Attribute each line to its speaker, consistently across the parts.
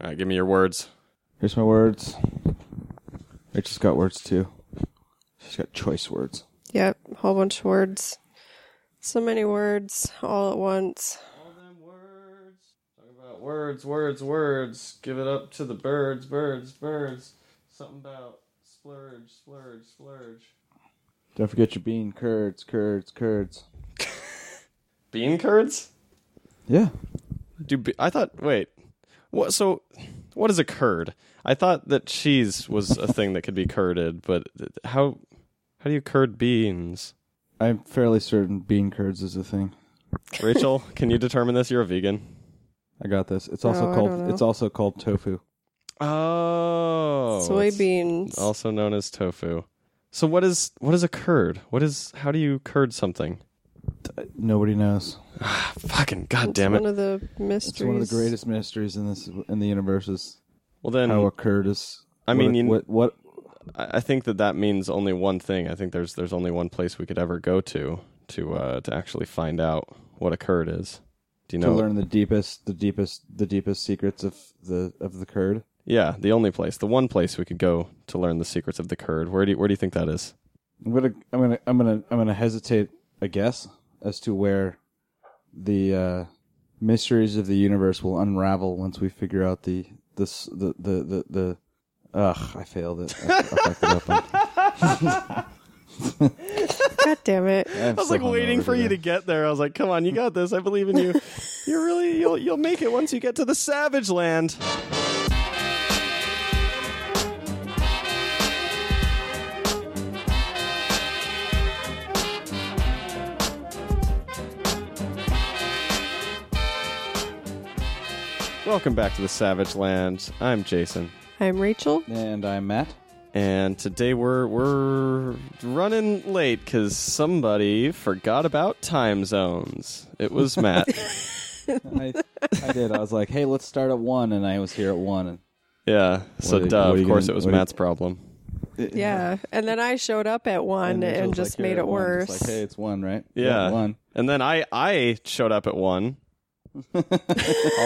Speaker 1: All right, give me your words.
Speaker 2: Here's my words. Rachel's got words too. She's got choice words.
Speaker 3: Yep, whole bunch of words. So many words all at once.
Speaker 1: All them words. Talk about words, words, words. Give it up to the birds, birds, birds. Something about splurge, splurge, splurge.
Speaker 2: Don't forget your bean curds, curds, curds.
Speaker 1: Bean curds?
Speaker 2: Yeah.
Speaker 1: Do be- I thought? Wait, what? So, what is a curd? I thought that cheese was a thing that could be curded, but th- how? How do you curd beans?
Speaker 2: I'm fairly certain bean curds is a thing.
Speaker 1: Rachel, can you determine this? You're a vegan.
Speaker 2: I got this. It's also
Speaker 3: No, Oh, I don't
Speaker 2: called
Speaker 3: know.
Speaker 2: it's also called tofu.
Speaker 1: Oh,
Speaker 3: Soybeans.
Speaker 1: it's also known as tofu. So what is what is a curd? What is how do you curd something?
Speaker 2: Nobody knows.
Speaker 1: Fucking god
Speaker 3: It's
Speaker 1: damn
Speaker 3: One
Speaker 1: it!
Speaker 3: of the mysteries.
Speaker 2: It's one of the greatest mysteries in this in the universe is
Speaker 1: Well then,
Speaker 2: how a curd is.
Speaker 1: I mean,
Speaker 2: what,
Speaker 1: you-
Speaker 2: what, what
Speaker 1: I I think that that means only one thing. I think there's there's only one place we could ever go to to uh, to actually find out what a curd is. Do you
Speaker 2: to
Speaker 1: know?
Speaker 2: learn the deepest, the deepest, the deepest secrets of the of the curd.
Speaker 1: Yeah, the only place, the one place we could go to learn the secrets of the curd. Where do you, where do you think that is?
Speaker 2: I'm gonna, I'm gonna, I'm gonna, I'm gonna hesitate a guess as to where the uh, mysteries of the universe will unravel once we figure out the this the the the. the Ugh, I failed it. I, I fucked it up.
Speaker 3: God damn it.
Speaker 2: I
Speaker 1: get there. I was like, "Come on, you got this. I believe in you. You're really you'll you'll make it once you get to the savage land." Welcome back to the Savage Land. I'm Jason.
Speaker 3: I'm Rachel.
Speaker 2: And I'm Matt.
Speaker 1: And today we're we're running late because somebody forgot about time zones. It was Matt.
Speaker 2: I, I did. I was like, "Hey, let's start at one," and I was here at one. And
Speaker 1: yeah. So
Speaker 2: What are you-
Speaker 1: duh,
Speaker 2: what are
Speaker 1: of
Speaker 2: you
Speaker 1: course
Speaker 2: gonna-
Speaker 1: it was
Speaker 2: what are you-
Speaker 1: Matt's problem.
Speaker 3: Yeah. And then I showed up at one and,
Speaker 2: Rachel was
Speaker 3: just
Speaker 2: like, "Here at
Speaker 3: made it
Speaker 2: one." It's
Speaker 3: worse.
Speaker 2: Like, hey, it's one, right?
Speaker 1: Yeah.
Speaker 2: one.
Speaker 1: And then I I showed up at one.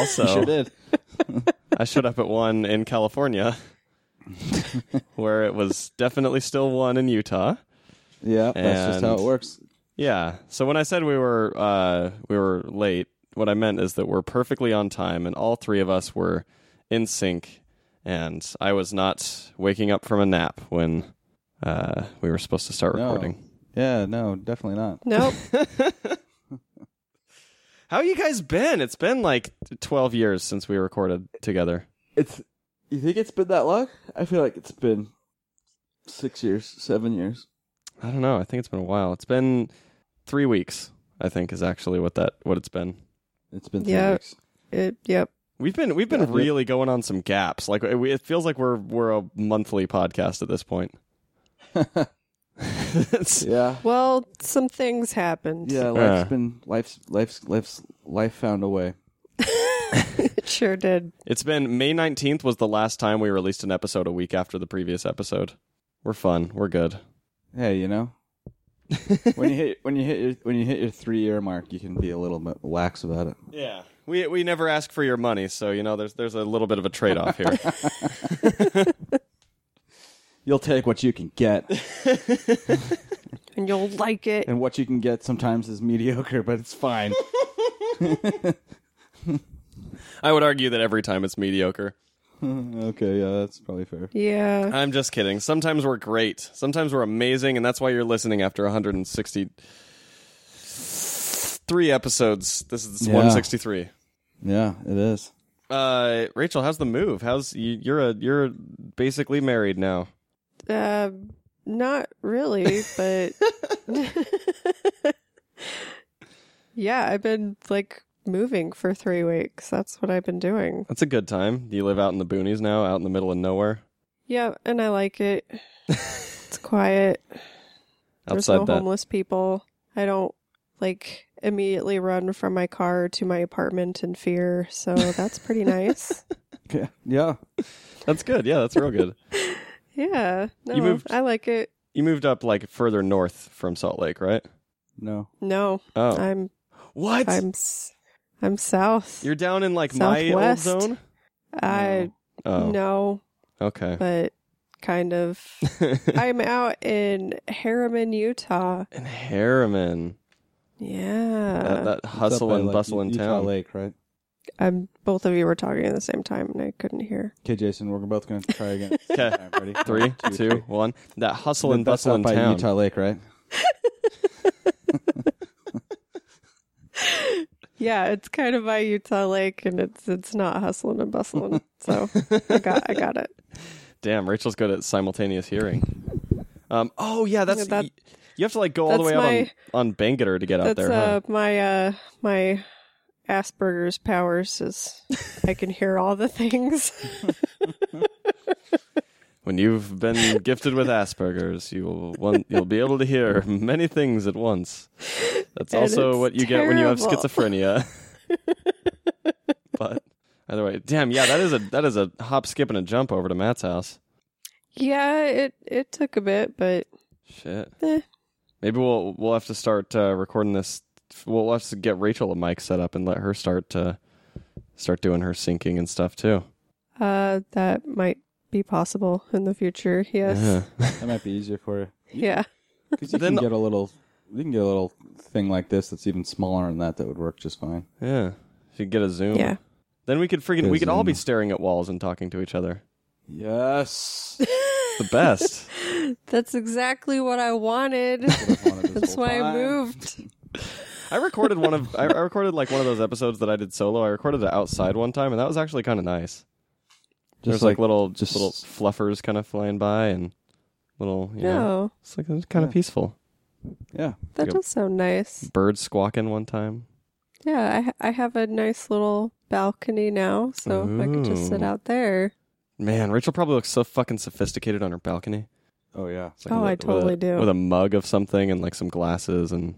Speaker 1: also,
Speaker 2: Sure did.
Speaker 1: I showed up at one in California, where it was definitely still one in Utah.
Speaker 2: Yeah, that's just how it
Speaker 1: And-
Speaker 2: works.
Speaker 1: Yeah. So when I said we were uh, we were late, what I meant is that we're perfectly on time, and all three of us were in sync. And I was not waking up from a nap when uh, we were supposed to start
Speaker 2: No.
Speaker 1: recording.
Speaker 2: Yeah, no, definitely not.
Speaker 3: nope.
Speaker 1: How you guys been? It's been like twelve years since we recorded together.
Speaker 2: It's. You think it's been that long? I feel like it's been six years, seven years.
Speaker 1: I don't know. I think it's been a while. It's been three weeks. I think is actually what that what it's been.
Speaker 2: It's been three
Speaker 3: Yeah.
Speaker 2: weeks.
Speaker 3: It, yep.
Speaker 1: We've been we've been
Speaker 2: Yeah, we-
Speaker 1: really going on some gaps. Like it, it feels like we're we're a monthly podcast at this point. It's-
Speaker 2: Yeah,
Speaker 3: Well, some things happened.
Speaker 2: yeah. Life's been uh, life's life's life's life found a way.
Speaker 3: It sure did.
Speaker 1: it's been May nineteenth was the last time we released an episode a week after the previous episode. We're fun. We're good.
Speaker 2: Hey, you know. when you hit when you hit your when you hit your three year mark, you can be a little bit lax about it.
Speaker 1: Yeah, we we never ask for your money, so you know there's there's a little bit of a trade off here.
Speaker 2: You'll take what you can get,
Speaker 3: And you'll like it.
Speaker 2: and what you can get sometimes is mediocre, but it's fine.
Speaker 1: I would argue that every time it's mediocre.
Speaker 2: okay, yeah, that's probably fair.
Speaker 3: Yeah.
Speaker 1: I'm just kidding. Sometimes we're great. Sometimes we're amazing, and that's why you're listening after 163 episodes. This is
Speaker 2: Yeah.
Speaker 1: 163.
Speaker 2: Yeah, it is.
Speaker 1: Uh, Rachel, how's the move? How's you, you're a you're basically married now.
Speaker 3: Uh, not really, but yeah, I've been like moving for three weeks. That's what I've been doing.
Speaker 1: That's a good time. You live out in the boonies now, out in the middle of nowhere.
Speaker 3: Yeah, and I like it. it's quiet. There's
Speaker 1: Outside
Speaker 3: no
Speaker 1: that,
Speaker 3: homeless people. I don't like immediately run from my car to my apartment in fear. So that's pretty nice.
Speaker 2: Yeah, yeah.
Speaker 1: that's good. Yeah, that's real good.
Speaker 3: Yeah. No,
Speaker 1: moved-
Speaker 3: I like it.
Speaker 1: you moved up like further north from Salt Lake, right?
Speaker 2: No,
Speaker 3: No,
Speaker 1: Oh,
Speaker 3: I'm
Speaker 1: what?
Speaker 3: I'm s- I'm south.
Speaker 1: you're down in like my old
Speaker 3: Southwest.
Speaker 1: zone.
Speaker 3: I
Speaker 1: Oh,
Speaker 3: no,
Speaker 1: okay.
Speaker 3: but kind of. I'm out in Harriman, Utah.
Speaker 1: and Harriman,
Speaker 3: Yeah,
Speaker 1: Uh, that, that
Speaker 2: It's up
Speaker 1: hustle
Speaker 2: by,
Speaker 1: and
Speaker 2: like,
Speaker 1: bustle in
Speaker 2: Utah
Speaker 1: town.
Speaker 2: Lake, right?
Speaker 3: I'm. Both of you were talking at the same time, and I couldn't hear.
Speaker 2: Okay, Jason, we're both going to try again.
Speaker 1: 'Kay.
Speaker 2: All right, ready?
Speaker 1: Three,
Speaker 2: One,
Speaker 1: two,
Speaker 2: three.
Speaker 1: one. That hustle
Speaker 2: That-
Speaker 1: and
Speaker 2: that's
Speaker 1: bustle
Speaker 2: up
Speaker 1: in
Speaker 2: by
Speaker 1: town.
Speaker 2: Utah Lake, right?
Speaker 3: Yeah, it's kind of by Utah Lake, and it's it's not hustling and bustling. so I got I got it.
Speaker 1: Damn, Rachel's good at simultaneous hearing. Um, oh yeah, that's
Speaker 3: Yeah, that-
Speaker 1: y- you have to like go all the way
Speaker 3: that's
Speaker 1: out on,
Speaker 3: my-
Speaker 1: on Bangor to get out
Speaker 3: That's
Speaker 1: there.
Speaker 3: uh
Speaker 1: huh?
Speaker 3: my uh my Asperger's powers is I can hear all the things.
Speaker 1: When you've been gifted with Asperger's, you will one, you'll be able to hear many things at once. That's
Speaker 3: And
Speaker 1: also
Speaker 3: it's
Speaker 1: what you get when you have
Speaker 3: terrible.
Speaker 1: schizophrenia. but either way, damn, yeah, that is a that is a hop, skip, and a jump over to Matt's house.
Speaker 3: yeah, it it took a bit, but
Speaker 1: Shit.
Speaker 3: Eh.
Speaker 1: Maybe we'll we'll have to start uh, recording this. We'll have to get Rachel a mic set up and let her start uh, start doing her syncing and stuff too.
Speaker 3: uh that might be possible in the future. Yes.
Speaker 1: Yeah.
Speaker 2: That might be easier for you.
Speaker 3: Yeah.
Speaker 2: Because you
Speaker 1: Then-
Speaker 2: can get a little, you can get a little thing like this that's even smaller than that that would work just fine.
Speaker 1: Yeah. If you get a Zoom.
Speaker 3: Yeah.
Speaker 1: Then we could freaking we could all be
Speaker 2: Zoom.
Speaker 1: staring at walls and talking to each other.
Speaker 2: Yes.
Speaker 1: The best.
Speaker 3: That's exactly what I wanted. That's why I moved.
Speaker 1: I recorded one of I, I recorded like one of those episodes that I did solo. I recorded it outside one time and that was actually kind of nice. There's
Speaker 2: Just
Speaker 1: like,
Speaker 2: like
Speaker 1: little
Speaker 2: just-
Speaker 1: little fluffers kind of flying by and little you know
Speaker 3: No.
Speaker 1: it's like it's kind of
Speaker 2: Yeah.
Speaker 1: peaceful.
Speaker 2: yeah.
Speaker 3: That
Speaker 1: Yep.
Speaker 3: does sound nice.
Speaker 1: Birds squawking one time.
Speaker 3: Yeah, I ha- I have a nice little balcony now, so I could just sit
Speaker 1: Ooh.
Speaker 3: out there.
Speaker 1: Man, Rachel probably looks so fucking sophisticated on her balcony.
Speaker 2: Oh yeah.
Speaker 1: It's like
Speaker 3: Oh,
Speaker 1: with-
Speaker 3: I
Speaker 1: with a-
Speaker 3: totally do.
Speaker 1: With a mug of something and like some glasses and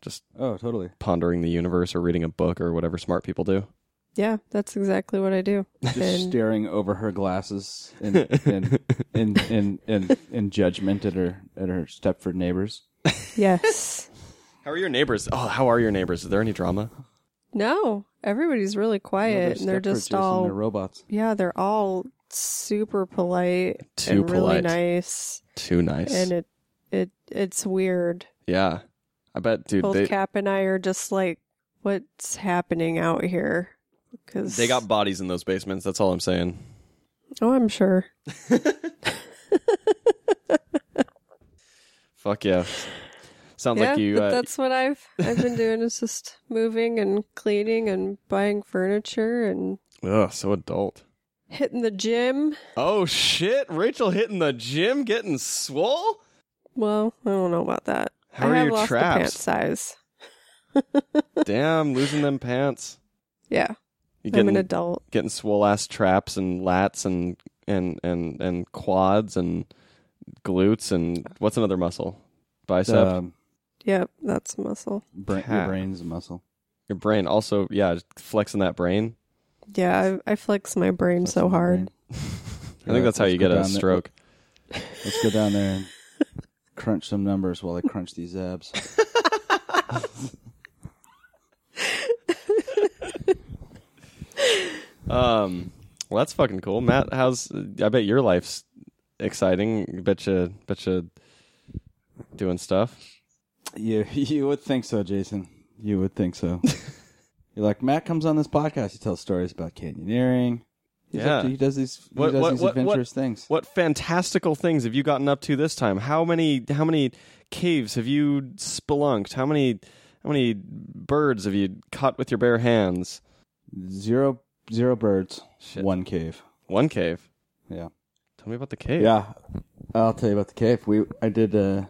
Speaker 1: just
Speaker 2: Oh totally.
Speaker 1: pondering the universe or reading a book or whatever smart people do.
Speaker 3: Yeah, that's exactly what I do.
Speaker 2: Just
Speaker 3: And-
Speaker 2: staring over her glasses in in, in in in in judgment at her at her Stepford neighbors.
Speaker 3: Yes.
Speaker 1: How are your neighbors? Oh, how are your neighbors? Is there any drama?
Speaker 3: no, everybody's really
Speaker 2: No,
Speaker 3: quiet, and they're
Speaker 2: Stepfords,
Speaker 3: just
Speaker 2: Jason,
Speaker 3: all
Speaker 2: they're robots.
Speaker 3: yeah, they're all super polite
Speaker 1: Too
Speaker 3: and really
Speaker 1: polite.
Speaker 3: nice,
Speaker 1: Too nice.
Speaker 3: and it it it's weird.
Speaker 1: yeah, I bet, dude.
Speaker 3: Both
Speaker 1: They,
Speaker 3: Cap and I are just like, what's happening out here? Because
Speaker 1: they got bodies in those basements. That's all I'm saying.
Speaker 3: oh, I'm sure.
Speaker 1: Fuck yeah. Sounds
Speaker 3: yeah,
Speaker 1: like you.
Speaker 3: but
Speaker 1: Uh,
Speaker 3: that's what I've I've been doing is just moving and cleaning and buying furniture and
Speaker 1: ugh, so adult.
Speaker 3: hitting the gym.
Speaker 1: Oh shit! Rachel hitting the gym, getting swole.
Speaker 3: Well, I don't know about that.
Speaker 1: How
Speaker 3: I
Speaker 1: are
Speaker 3: have
Speaker 1: your
Speaker 3: lost the pant
Speaker 1: traps?
Speaker 3: size.
Speaker 1: Damn, losing them pants.
Speaker 3: Yeah,
Speaker 1: You
Speaker 3: I'm
Speaker 1: getting
Speaker 3: an adult.
Speaker 1: getting swole ass traps and lats and and and and quads and glutes and what's another muscle? Bicep.
Speaker 2: Um,
Speaker 3: Yep, that's muscle.
Speaker 2: bra- your
Speaker 1: Cap.
Speaker 2: brain's a muscle.
Speaker 1: Your brain also, yeah, just flexing that brain.
Speaker 3: Yeah, I, I flex my brain
Speaker 2: That's
Speaker 3: so
Speaker 2: in the
Speaker 3: hard.
Speaker 2: brain.
Speaker 1: I think
Speaker 2: Yeah,
Speaker 1: that's how
Speaker 2: let's
Speaker 1: you
Speaker 2: go
Speaker 1: get a
Speaker 2: down there.
Speaker 1: stroke.
Speaker 2: Let's go down there and crunch some numbers while I crunch these abs.
Speaker 1: Um, well, that's fucking cool, Matt. How's I bet your life's exciting. Bet you, bet you, doing stuff.
Speaker 2: You you would think so, Jason. You would think so. You're like Matt comes on this podcast. He tells stories about canyoneering. He's
Speaker 1: Yeah.
Speaker 2: up to- he does these.
Speaker 1: What-
Speaker 2: he does
Speaker 1: what-
Speaker 2: these
Speaker 1: what- what-
Speaker 2: adventurous things.
Speaker 1: What fantastical things have you gotten up to this time? How many, how many caves have you spelunked? How many, how many birds have you caught with your bare hands?
Speaker 2: Zero zero birds.
Speaker 1: Shit.
Speaker 2: One cave.
Speaker 1: One cave.
Speaker 2: Yeah.
Speaker 1: Tell me about the cave.
Speaker 2: Yeah. I'll tell you about the cave. We I did. Uh,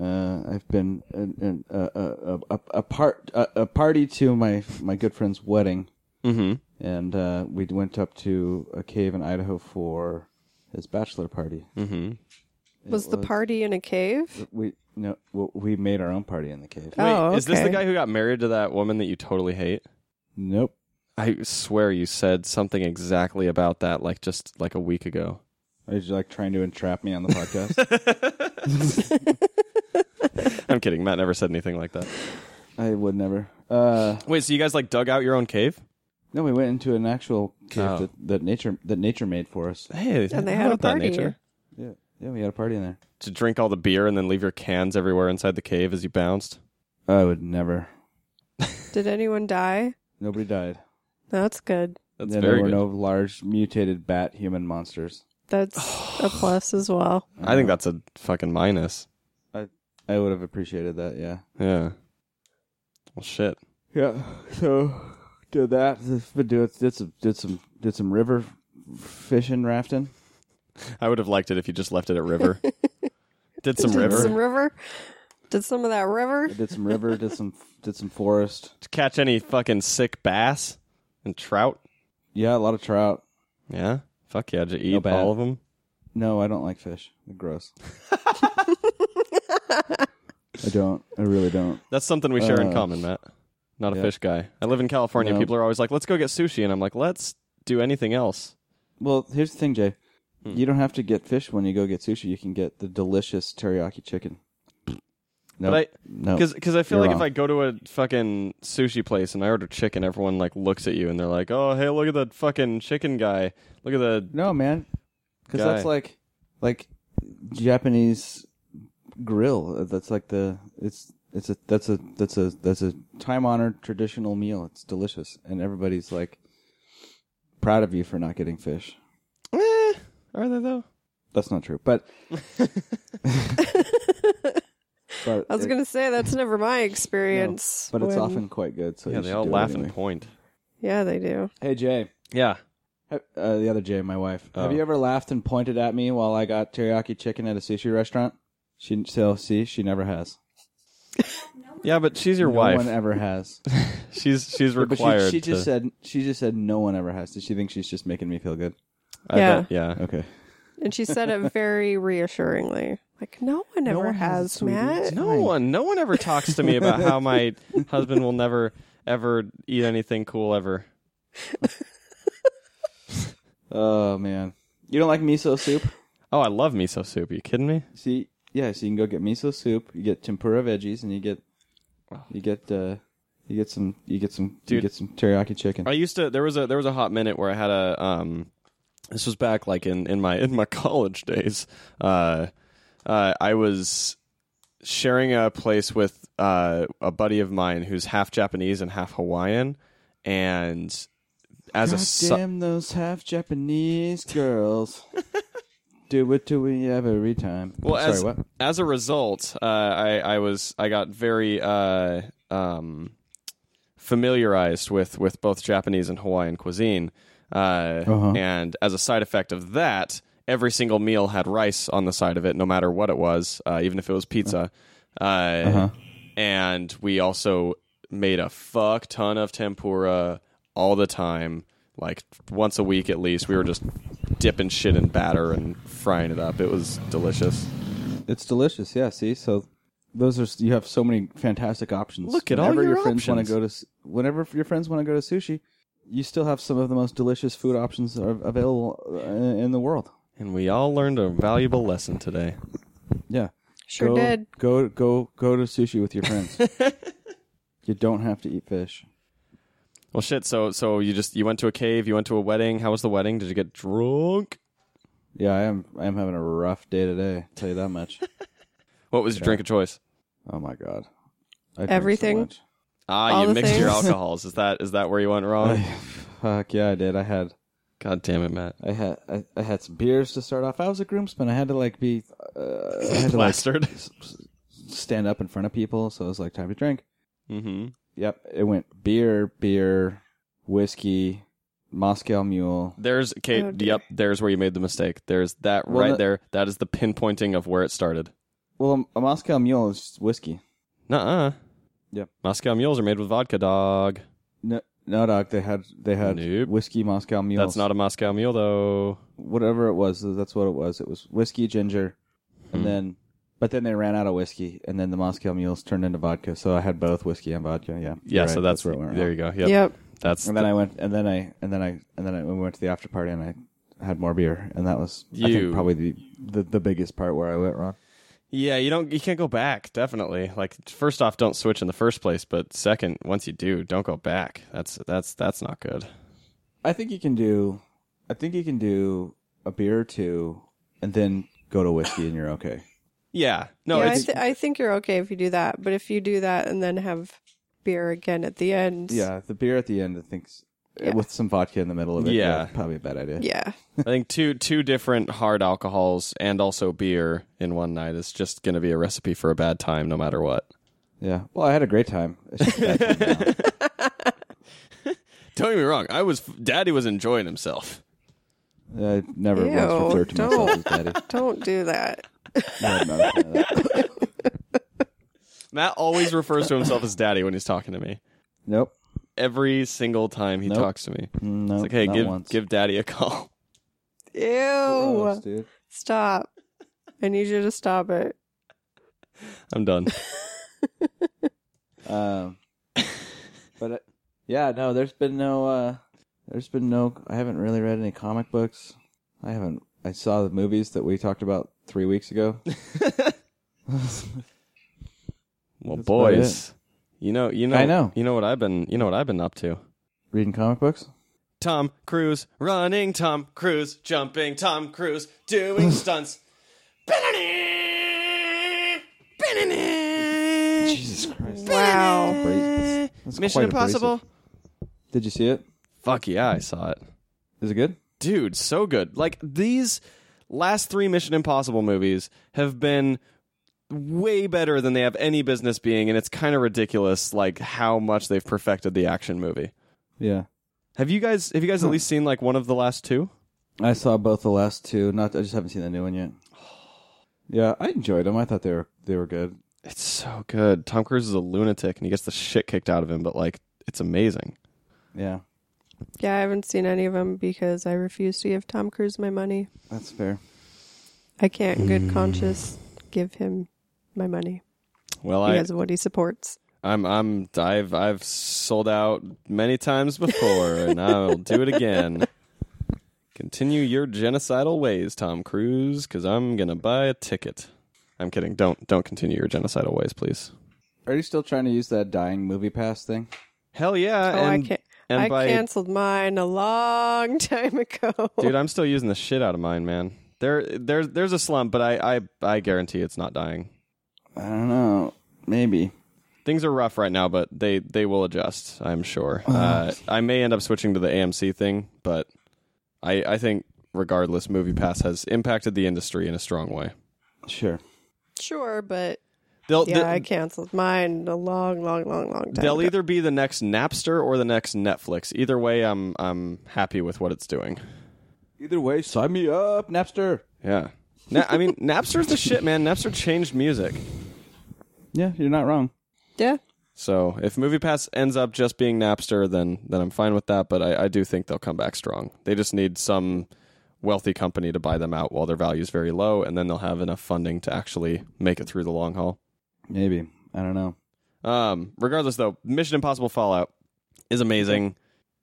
Speaker 2: uh, I've been in, in, uh, uh, a, a, a part a, a party to my my good friend's wedding.
Speaker 1: Mm-hmm.
Speaker 2: and uh, we went up to a cave in Idaho for his bachelor party.
Speaker 1: Mm-hmm.
Speaker 3: Was
Speaker 2: It
Speaker 3: the party in a cave?
Speaker 2: We no, well, we made our own party in the cave.
Speaker 1: Wait,
Speaker 3: Oh,
Speaker 1: is this the
Speaker 3: okay.
Speaker 1: guy who got married to that woman that you totally hate?
Speaker 2: Nope.
Speaker 1: I swear you said something exactly about that, like just like a week ago.
Speaker 2: Are you like trying to entrap me on the podcast?
Speaker 1: I'm kidding. Matt never said anything like that.
Speaker 2: I would never. Uh,
Speaker 1: Wait, so you guys like dug out your own cave?
Speaker 2: No, we went into an actual cave
Speaker 1: Oh.
Speaker 2: that, that nature that nature made for us.
Speaker 1: Hey,
Speaker 3: And they
Speaker 1: how
Speaker 3: had a
Speaker 1: about that
Speaker 3: party.
Speaker 1: nature.
Speaker 2: Yeah, yeah, we had a party in there.
Speaker 1: To drink all the beer and then leave your cans everywhere inside the cave as you bounced.
Speaker 2: I would never.
Speaker 3: Did anyone die?
Speaker 2: Nobody died.
Speaker 3: That's good.
Speaker 1: That's
Speaker 2: Then there
Speaker 1: very
Speaker 2: were
Speaker 1: good.
Speaker 2: no large mutated bat human monsters.
Speaker 3: That's a plus as well.
Speaker 1: I think that's a fucking minus.
Speaker 2: I would have appreciated that. Yeah.
Speaker 1: Yeah. Well, shit.
Speaker 2: Yeah. So did that. But do it. Did some did some did some river fishing rafting.
Speaker 1: I would have liked it if you just left it at river. Did some
Speaker 3: Did
Speaker 1: river.
Speaker 3: Some river. Did some of that river.
Speaker 2: I did some river. did some did some forest.
Speaker 1: To catch any fucking sick bass and trout.
Speaker 2: Yeah, a lot of trout.
Speaker 1: Yeah. Fuck yeah. Did you
Speaker 2: No
Speaker 1: eat
Speaker 2: bad.
Speaker 1: all of them?
Speaker 2: No, I don't like fish. They're gross. I don't. I really don't.
Speaker 1: That's something we share in
Speaker 2: Uh,
Speaker 1: common, Matt. Not a
Speaker 2: yeah.
Speaker 1: fish guy. I live in California.
Speaker 2: No.
Speaker 1: People are always like, let's go get sushi. And I'm like, let's do anything else.
Speaker 2: Well, here's the thing, Jay.
Speaker 1: Hmm.
Speaker 2: You don't have to get fish when you go get sushi. You can get the delicious teriyaki chicken. No,
Speaker 1: But I,
Speaker 2: no.
Speaker 1: Because because I feel
Speaker 2: You're
Speaker 1: like if
Speaker 2: wrong.
Speaker 1: I go to a fucking sushi place and I order chicken, everyone like looks at you and they're like, "Oh, hey, look at that fucking chicken guy! Look at the
Speaker 2: No, man. Because
Speaker 1: Guy.
Speaker 2: that's like, like Japanese grill. That's like the it's it's a that's a that's a that's a time honored traditional meal. It's delicious, and everybody's like proud of you for not getting fish.
Speaker 1: eh, are they though?
Speaker 2: That's not true, but. but
Speaker 3: I was
Speaker 2: it-
Speaker 3: gonna say that's never my experience.
Speaker 2: but it's
Speaker 3: when-
Speaker 2: often quite good. So
Speaker 1: Yeah,
Speaker 2: you
Speaker 1: they
Speaker 2: should
Speaker 1: all
Speaker 2: do it
Speaker 1: laugh
Speaker 2: anyway.
Speaker 1: and point.
Speaker 3: Yeah, they do.
Speaker 2: Hey Jay,
Speaker 1: Yeah,
Speaker 2: Ha- uh, the other Jay, my wife. Have
Speaker 1: Oh.
Speaker 2: you ever laughed and pointed at me while I got teriyaki chicken at a sushi restaurant? She so see she never has.
Speaker 1: yeah, but she's your
Speaker 2: no
Speaker 1: wife.
Speaker 2: one ever has.
Speaker 1: she's she's
Speaker 2: but
Speaker 1: required.
Speaker 2: she, she just
Speaker 1: to,
Speaker 2: said she just said no one ever has. Did she think she's just making me feel good?
Speaker 1: I
Speaker 3: Yeah.
Speaker 1: bet- yeah.
Speaker 2: Okay.
Speaker 3: And she said it very reassuringly. Like, no one ever
Speaker 2: one has it,
Speaker 3: has,
Speaker 2: sweetie.
Speaker 3: Matt.
Speaker 1: No one, no one ever talks to me about how my husband will never ever eat anything cool ever.
Speaker 2: Oh man, you don't like miso soup?
Speaker 1: Oh, I love miso soup. Are you kidding me?
Speaker 2: See, yeah. So you can go get miso soup. You get tempura veggies, and you get you get uh, you get some you get some you
Speaker 1: Dude.
Speaker 2: get some teriyaki chicken.
Speaker 1: I used to there was a there was a hot minute where I had a um this was back like in in my in my college days. Uh uh I was sharing a place with uh a buddy of mine who's half Japanese and half Hawaiian and as a
Speaker 2: God
Speaker 1: su-
Speaker 2: damn those half Japanese girls. Do it to we every time.
Speaker 1: Well,
Speaker 2: I'm
Speaker 1: as
Speaker 2: sorry, what?
Speaker 1: as a result, uh, I I was I got very uh, um, familiarized with with both Japanese and Hawaiian cuisine, uh,
Speaker 2: Uh-huh.
Speaker 1: and as a side effect of that, every single meal had rice on the side of it, no matter what it was, uh, even if it was pizza. Uh,
Speaker 2: Uh-huh.
Speaker 1: And we also made a fuck ton of tempura all the time. Like once a week at least, we were just dipping shit in batter and frying it up. It was delicious.
Speaker 2: It's delicious. Yeah. See, so those are you have so many fantastic options.
Speaker 1: Look at all
Speaker 2: whenever
Speaker 1: your
Speaker 2: friends want
Speaker 1: options.
Speaker 2: to go to s- whenever your friends want to go to sushi, you still have some of the most delicious food options are available uh, in in the world.
Speaker 1: And we all learned a valuable lesson today.
Speaker 2: Yeah.
Speaker 3: Sure
Speaker 2: go,
Speaker 3: did.
Speaker 2: Go go go to sushi with your friends. you don't have to eat fish.
Speaker 1: Well, shit. So, so you just you went to a cave. You went to a wedding. How was the wedding? Did you get drunk?
Speaker 2: Yeah, I am. I am having a rough day today. Tell you that much.
Speaker 1: What was your drink of choice?
Speaker 2: Oh my god. I drink so
Speaker 3: Everything?
Speaker 2: much.
Speaker 1: Ah,
Speaker 3: All
Speaker 1: you
Speaker 3: the
Speaker 1: mixed your
Speaker 3: things.
Speaker 1: alcohols. Is that is that where you went wrong?
Speaker 2: I- fuck yeah, I did. I had
Speaker 1: God damn it, Matt.
Speaker 2: I had I, I had some beers to start off. I was a groomsman. I had to like be uh, I had to like
Speaker 1: Plastered.
Speaker 2: s- s- stand up in front of people, so it was like time to drink.
Speaker 1: mm-hmm.
Speaker 2: Yep, it went beer, beer, whiskey, Moscow Mule.
Speaker 1: There's Kate.
Speaker 3: Oh, dear.
Speaker 1: yep. There's where you made the mistake. There's that
Speaker 2: Well,
Speaker 1: right
Speaker 2: the-
Speaker 1: there. That is the pinpointing of where it started.
Speaker 2: Well, a, a Moscow Mule is just whiskey.
Speaker 1: Nuh-uh.
Speaker 2: Yep.
Speaker 1: Moscow mules are made with vodka, dog.
Speaker 2: No, no, doc. They had they had
Speaker 1: Nope.
Speaker 2: whiskey Moscow Mules.
Speaker 1: That's not a Moscow mule though.
Speaker 2: whatever it was. That's what it was. It was whiskey, ginger,
Speaker 1: Hmm.
Speaker 2: and then. But then they ran out of whiskey, and then the Moscow Mules turned into vodka. So I had both whiskey and vodka. Yeah,
Speaker 1: Yeah.
Speaker 2: You're
Speaker 1: so
Speaker 2: right,
Speaker 1: that's,
Speaker 2: where it went.
Speaker 1: there.
Speaker 2: wrong.
Speaker 1: You go. Yep.
Speaker 3: Yep.
Speaker 1: That's
Speaker 2: And then I went, and then I, and then I, and then I we went to the after party, and I had more beer, and that was I
Speaker 1: You-
Speaker 2: think probably the, the the biggest part where I went wrong.
Speaker 1: Yeah, you don't you can't go back, definitely. Like first off, don't switch in the first place, but second, once you do, don't go back. That's that's that's not good.
Speaker 2: I think you can do. I think you can do a beer or two, and then go to whiskey, and you're okay.
Speaker 1: Yeah. No,
Speaker 3: yeah, I,
Speaker 1: it's
Speaker 3: th- I think you're okay if you do that, but if you do that and then have beer again at the end,
Speaker 2: Yeah, the beer at the end, I think, s-
Speaker 3: Yeah.
Speaker 2: with some vodka in the middle of it.
Speaker 1: Yeah.
Speaker 2: probably a bad idea.
Speaker 3: yeah,
Speaker 1: I think two two different hard alcohols and also beer in one night is just going to be a recipe for a bad time no matter what.
Speaker 2: Yeah. Well, I had a great time. It's just a bad time now.
Speaker 1: Don't get me wrong, I was daddy was enjoying himself.
Speaker 2: I never
Speaker 3: Ew,
Speaker 2: once referred to myself
Speaker 3: don't.
Speaker 2: as daddy.
Speaker 3: don't do that.
Speaker 2: No, I'm not a fan of that.
Speaker 1: Matt always refers to himself as daddy when he's talking to me.
Speaker 2: Nope.
Speaker 1: Every single time he
Speaker 2: Nope.
Speaker 1: talks to me.
Speaker 2: No.
Speaker 1: It's like, "Hey,
Speaker 2: not
Speaker 1: give
Speaker 2: once.
Speaker 1: give daddy a call."
Speaker 3: Ew, Oh.
Speaker 2: Gross, dude.
Speaker 3: stop. I need you to stop it.
Speaker 1: I'm done.
Speaker 2: Um, but uh, yeah, no, there's been no, uh, there's been no. I haven't really read any comic books. I haven't. I saw the movies that we talked about three weeks ago.
Speaker 1: Well,
Speaker 2: That's
Speaker 1: boys, you know, you know,
Speaker 2: I know.
Speaker 1: you know what I've been, you know what I've been up to.
Speaker 2: Reading comic books.
Speaker 1: Tom Cruise running, Tom Cruise jumping, Tom Cruise doing stunts.
Speaker 2: Jesus Christ.
Speaker 3: Wow.
Speaker 2: That's- that's
Speaker 1: Mission
Speaker 2: quite
Speaker 1: Impossible.
Speaker 2: abrasive. Did you see it?
Speaker 1: Fuck yeah, I saw it.
Speaker 2: Is it good?
Speaker 1: Dude, so good. Like these last 3 Mission Impossible movies have been way better than they have any business being and it's kind of ridiculous like how much they've perfected the action movie.
Speaker 2: Yeah.
Speaker 1: Have you guys have you guys at least seen like one of the last two?
Speaker 2: I saw both the last two. Not. I just haven't seen the new one yet. Yeah, I enjoyed them. I thought they were they were good.
Speaker 1: It's so good. Tom Cruise is a lunatic and he gets the shit kicked out of him, but like it's amazing.
Speaker 2: Yeah,
Speaker 3: Yeah, I haven't seen any of them because I refuse to give Tom Cruise my money.
Speaker 2: that's fair.
Speaker 3: I can't, in
Speaker 2: Mm.
Speaker 3: good conscience, give him my money
Speaker 1: Well, I
Speaker 3: because of what he supports.
Speaker 1: I'm I'm I've I've sold out many times before and I'll do it again. Continue your genocidal ways, Tom Cruise, cuz I'm going to buy a ticket. I'm kidding. Don't don't continue your genocidal ways, please.
Speaker 2: Are you still trying to use that dying movie pass thing?
Speaker 1: Hell yeah.
Speaker 3: Oh,
Speaker 1: and
Speaker 3: I can't.
Speaker 1: and
Speaker 3: I
Speaker 1: by
Speaker 3: canceled mine a long time ago.
Speaker 1: Dude, I'm still using the shit out of mine, man. There there's there's a slump, but I I I guarantee it's not dying.
Speaker 2: I don't know. Maybe.
Speaker 1: things are rough right now, but they they will adjust. I'm sure.
Speaker 3: Oh.
Speaker 1: Uh, I may end up switching to the AMC thing, but I I think regardless, MoviePass has impacted the industry in a strong way.
Speaker 2: Sure.
Speaker 3: Sure, but
Speaker 1: They'll
Speaker 3: yeah, I
Speaker 1: they'll,
Speaker 3: canceled mine a long, long, long, long time.
Speaker 1: they'll
Speaker 3: ago.
Speaker 1: either be the next Napster or the next Netflix. Either way, I'm I'm happy with what it's doing.
Speaker 2: Either way, sign me up, Napster.
Speaker 1: Yeah. Na- I mean, Napster's the shit, man. Napster changed music.
Speaker 2: Yeah, you're not wrong.
Speaker 3: yeah,
Speaker 1: So if MoviePass ends up just being Napster, then then I'm fine with that. But I, I do think they'll come back strong. They just need some wealthy company to buy them out while their value is very low, and then they'll have enough funding to actually make it through the long haul.
Speaker 2: Maybe. I don't know.
Speaker 1: Um, regardless, though, Mission Impossible Fallout is amazing.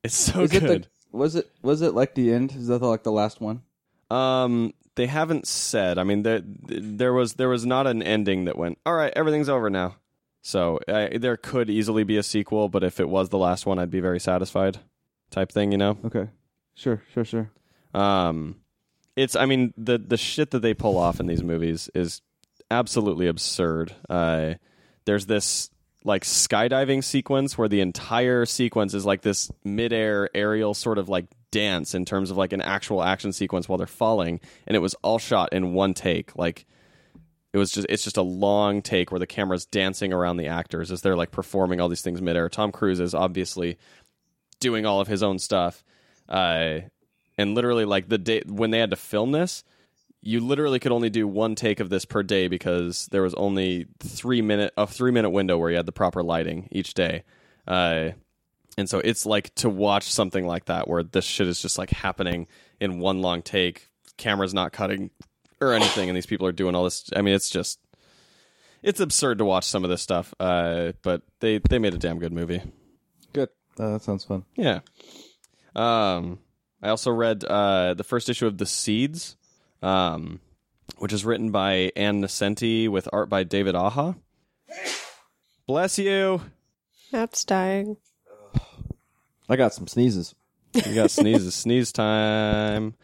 Speaker 1: It's so
Speaker 2: Is it
Speaker 1: good.
Speaker 2: the, was it was it like the end? Is that like the last one?
Speaker 1: Um, they haven't said. I mean, there there was there was not an ending that went. All right, everything's over now. So I, there could easily be a sequel, but if it was the last one, I'd be very satisfied. Type thing, you know.
Speaker 2: Okay. Sure, sure, sure.
Speaker 1: Um, it's I mean the the shit that they pull off in these movies is absolutely absurd. Uh, there's this like skydiving sequence where the entire sequence is like this midair aerial sort of like dance in terms of like an actual action sequence while they're falling, and it was all shot in one take. Like it was just it's just a long take where the camera's dancing around the actors as they're like performing all these things midair. Tom Cruise is obviously doing all of his own stuff. Uh, and literally like the day when they had to film this you literally could only do one take of this per day because there was only three minute a three minute window where you had the proper lighting each day uh, and so it's like to watch something like that where this shit is just like happening in one long take camera's not cutting or anything and these people are doing all this i mean it's just it's absurd to watch some of this stuff uh, but they they made a damn good movie
Speaker 2: Good. Uh, that sounds fun.
Speaker 1: yeah. Um, I also read uh, the first issue of The Seeds, um, which is written by Ann Nesenti with art by David Aja. Bless you.
Speaker 3: Matt's dying.
Speaker 2: I got some sneezes.
Speaker 1: You got sneezes. sneeze time.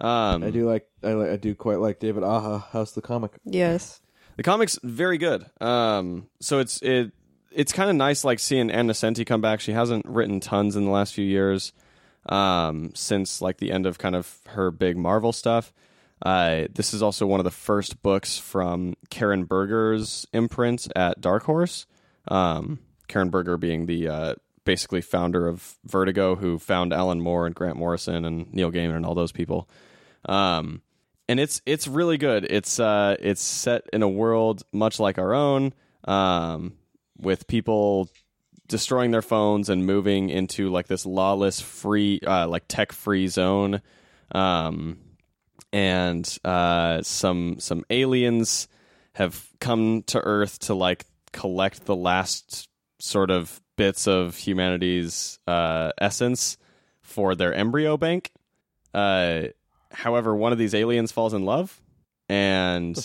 Speaker 1: Um,
Speaker 2: I do like I, li- I do quite like David Aha. How's the comic?
Speaker 3: Yes.
Speaker 1: The comic's very good. Um, so it's it it's kind of nice, like seeing Anna Senti come back. She hasn't written tons in the last few years, um, since like the end of kind of her big Marvel stuff. Uh, this is also one of the first books from Karen Berger's imprint at Dark Horse. Um, Karen Berger being the uh, basically founder of Vertigo, who found Alan Moore and Grant Morrison and Neil Gaiman and all those people. Um, and it's it's really good. It's uh it's set in a world much like our own, um, with people destroying their phones and moving into like this lawless free uh, like tech free zone. Um, and uh, some some aliens have come to Earth to like collect the last sort of bits of humanity's uh, essence for their embryo bank. Uh, however, one of these aliens falls in love, and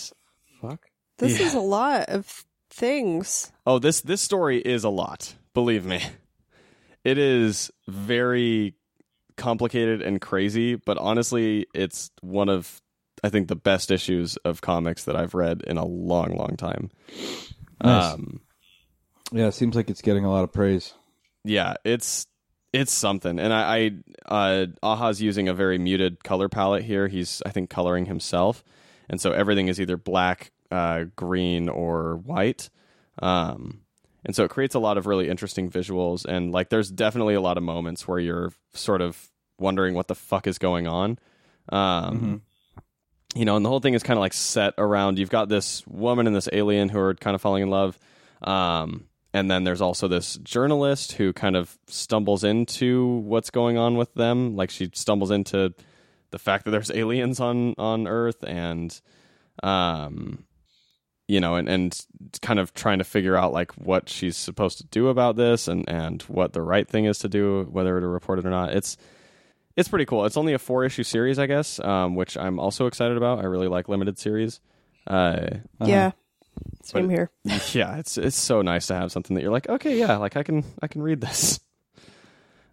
Speaker 2: Fuck.
Speaker 3: This
Speaker 1: Yeah.
Speaker 3: is a lot of things.
Speaker 1: oh, this this story is a lot. Believe me, it is very complicated and crazy. But honestly, it's one of I think the best issues of comics that I've read in a long, long time.
Speaker 2: Nice.
Speaker 1: Um,
Speaker 2: Yeah, it seems like it's getting a lot of praise.
Speaker 1: yeah, it's it's something. And I, I uh, Aha's using a very muted color palette here. He's I think coloring himself, and so everything is either black, uh, green, or white. Um, and so it creates a lot of really interesting visuals. And like, there's definitely a lot of moments where you're sort of wondering what the fuck is going on. Um, you know, and the whole thing is kind of like set around you've got this woman and this alien who are kind of falling in love. Um, and then there's also this journalist who kind of stumbles into what's going on with them. Like she stumbles into the fact that there's aliens on, on Earth and, um, you know, and, and kind of trying to figure out like what she's supposed to do about this and, and what the right thing is to do, whether to report it or not. It's, it's pretty cool. It's only a four issue series, I guess, um, which I'm also excited about. I really like limited series. Uh,
Speaker 3: Yeah. Same
Speaker 1: But-
Speaker 3: here.
Speaker 1: yeah, it's it's so nice to have something that you're like, okay, yeah, like I can I can read this.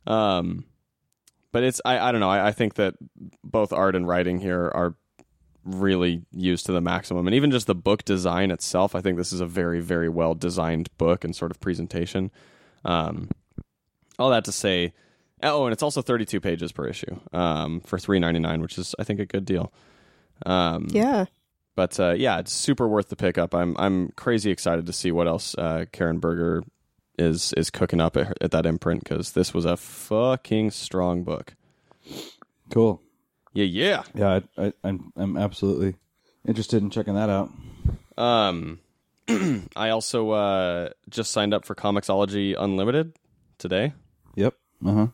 Speaker 1: Um, but it's I I don't know. I, I think that both art and writing here are really used to the maximum, and even just the book design itself. I think this is a very very well designed book and sort of presentation. Um, all that to say, oh, and it's also 32 pages per issue. Um, for 3.99, which is I think a good deal. Um,
Speaker 3: Yeah.
Speaker 1: but uh, yeah, it's super worth the pickup. I'm I'm crazy excited to see what else uh, Karen Berger is is cooking up at, her- at that imprint because this was a fucking strong book.
Speaker 2: Cool.
Speaker 1: Yeah, yeah.
Speaker 2: Yeah, I, I, I'm I'm absolutely interested in checking that out.
Speaker 1: Um, I also uh, just signed up for Comixology Unlimited today.
Speaker 2: Yep. Uh huh.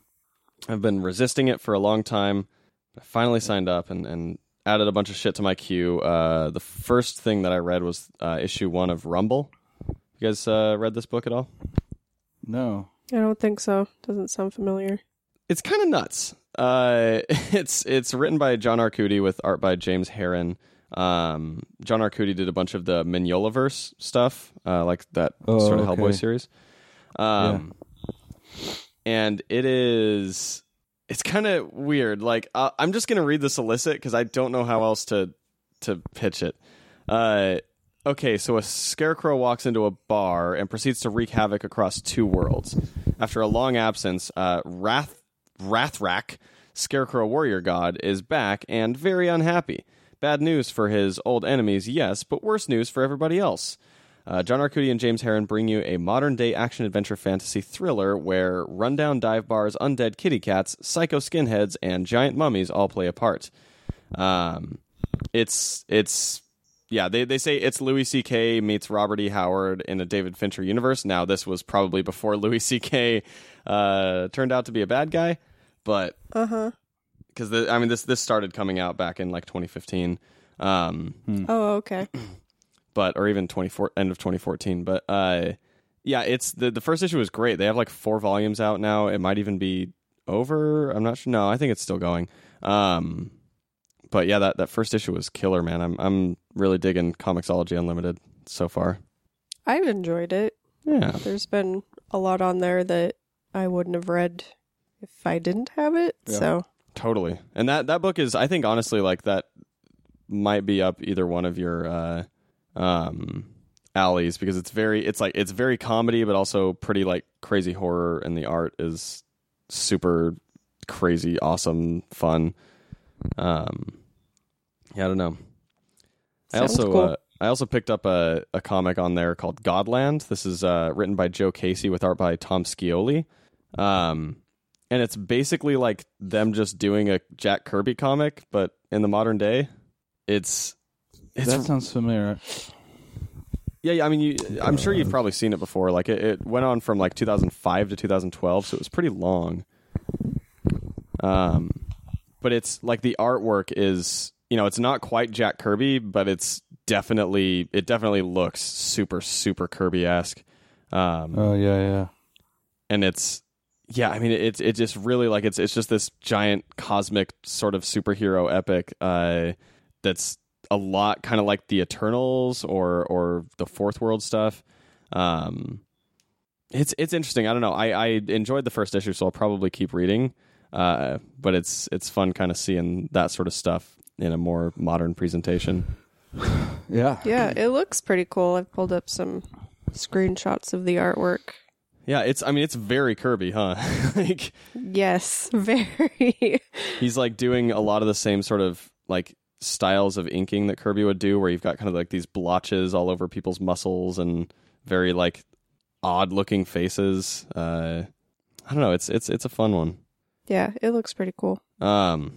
Speaker 1: I've been resisting it for a long time. I finally signed up and, and added a bunch of shit to my queue. Uh, the first thing that I read was uh, issue one of Rumble. You guys uh, read this book at all?
Speaker 2: No.
Speaker 3: I don't think so. Doesn't sound familiar.
Speaker 1: it's kind of nuts. Uh, it's it's written by John Arcudi with art by James Heron. Um, John Arcudi did a bunch of the Mignolaverse stuff, uh, like that
Speaker 2: Oh,
Speaker 1: sort of
Speaker 2: okay.
Speaker 1: Hellboy series. Um, and it is it's kind of weird. Like I I'm just gonna read this illicit because I don't know how else to to pitch it. Uh, okay, so a scarecrow walks into a bar and proceeds to wreak havoc across two worlds. After a long absence, uh, Wrath Wrathrak, scarecrow warrior god, is back and very unhappy. Bad news for his old enemies, yes, but worse news for everybody else. Uh, John Arcudi and James Heron bring you a modern day action adventure fantasy thriller where rundown dive bars, undead kitty cats, psycho skinheads, and giant mummies all play a part. Um, it's it's yeah they, they say it's louis ck meets robert e howard in a david fincher universe now this was probably before louis ck uh, turned out to be a bad guy but
Speaker 3: Uh huh.
Speaker 1: because i mean this this started coming out back in like 2015 um,
Speaker 3: Oh, okay.
Speaker 1: but or even 24 end of 2014 but uh yeah it's the the first issue was great they have like four volumes out now it might even be over i'm not sure no i think it's still going um but yeah that that first issue was killer man i'm i'm really digging comixology unlimited so far
Speaker 3: I've enjoyed it.
Speaker 1: yeah
Speaker 3: There's been a lot on there that I wouldn't have read if I didn't have it.
Speaker 2: Yeah.
Speaker 3: So
Speaker 1: Totally. And that that book is I think honestly like that might be up either one of your uh um alleys because it's very it's like it's very comedy but also pretty like crazy horror and the art is super crazy awesome fun. Um yeah, I don't know. I
Speaker 3: Sounds
Speaker 1: also
Speaker 3: cool.
Speaker 1: uh, I also picked up a, a comic on there called Godland. This is uh, written by Joe Casey with art by Tom Scioli. Um, and it's basically like them just doing a Jack Kirby comic, but in the modern day, it's it's
Speaker 2: that sounds familiar.
Speaker 1: yeah, yeah. I mean, you, I'm sure you've probably seen it before. Like it, it went on from like 2005 to 2012, so it was pretty long. Um, but it's like the artwork is you know it's not quite Jack Kirby, but it's definitely it definitely looks super super Kirby esque. Um,
Speaker 2: Oh yeah, yeah.
Speaker 1: and it's yeah i mean it's it just really like it's it's just this giant cosmic sort of superhero epic uh that's a lot kind of like the eternals or or the fourth world stuff um it's it's interesting i don't know i i enjoyed the first issue so i'll probably keep reading uh but it's it's fun kind of seeing that sort of stuff in a more modern presentation
Speaker 2: Yeah.
Speaker 3: yeah, it looks pretty cool. I've pulled up some screenshots of the artwork.
Speaker 1: yeah it's i mean it's very kirby huh like
Speaker 3: Yes, very.
Speaker 1: he's like doing a lot of the same sort of like styles of inking that Kirby would do, where you've got kind of like these blotches all over people's muscles and very like odd looking faces. Uh, I don't know. It's it's it's a fun one.
Speaker 3: yeah, it looks pretty cool.
Speaker 1: Um.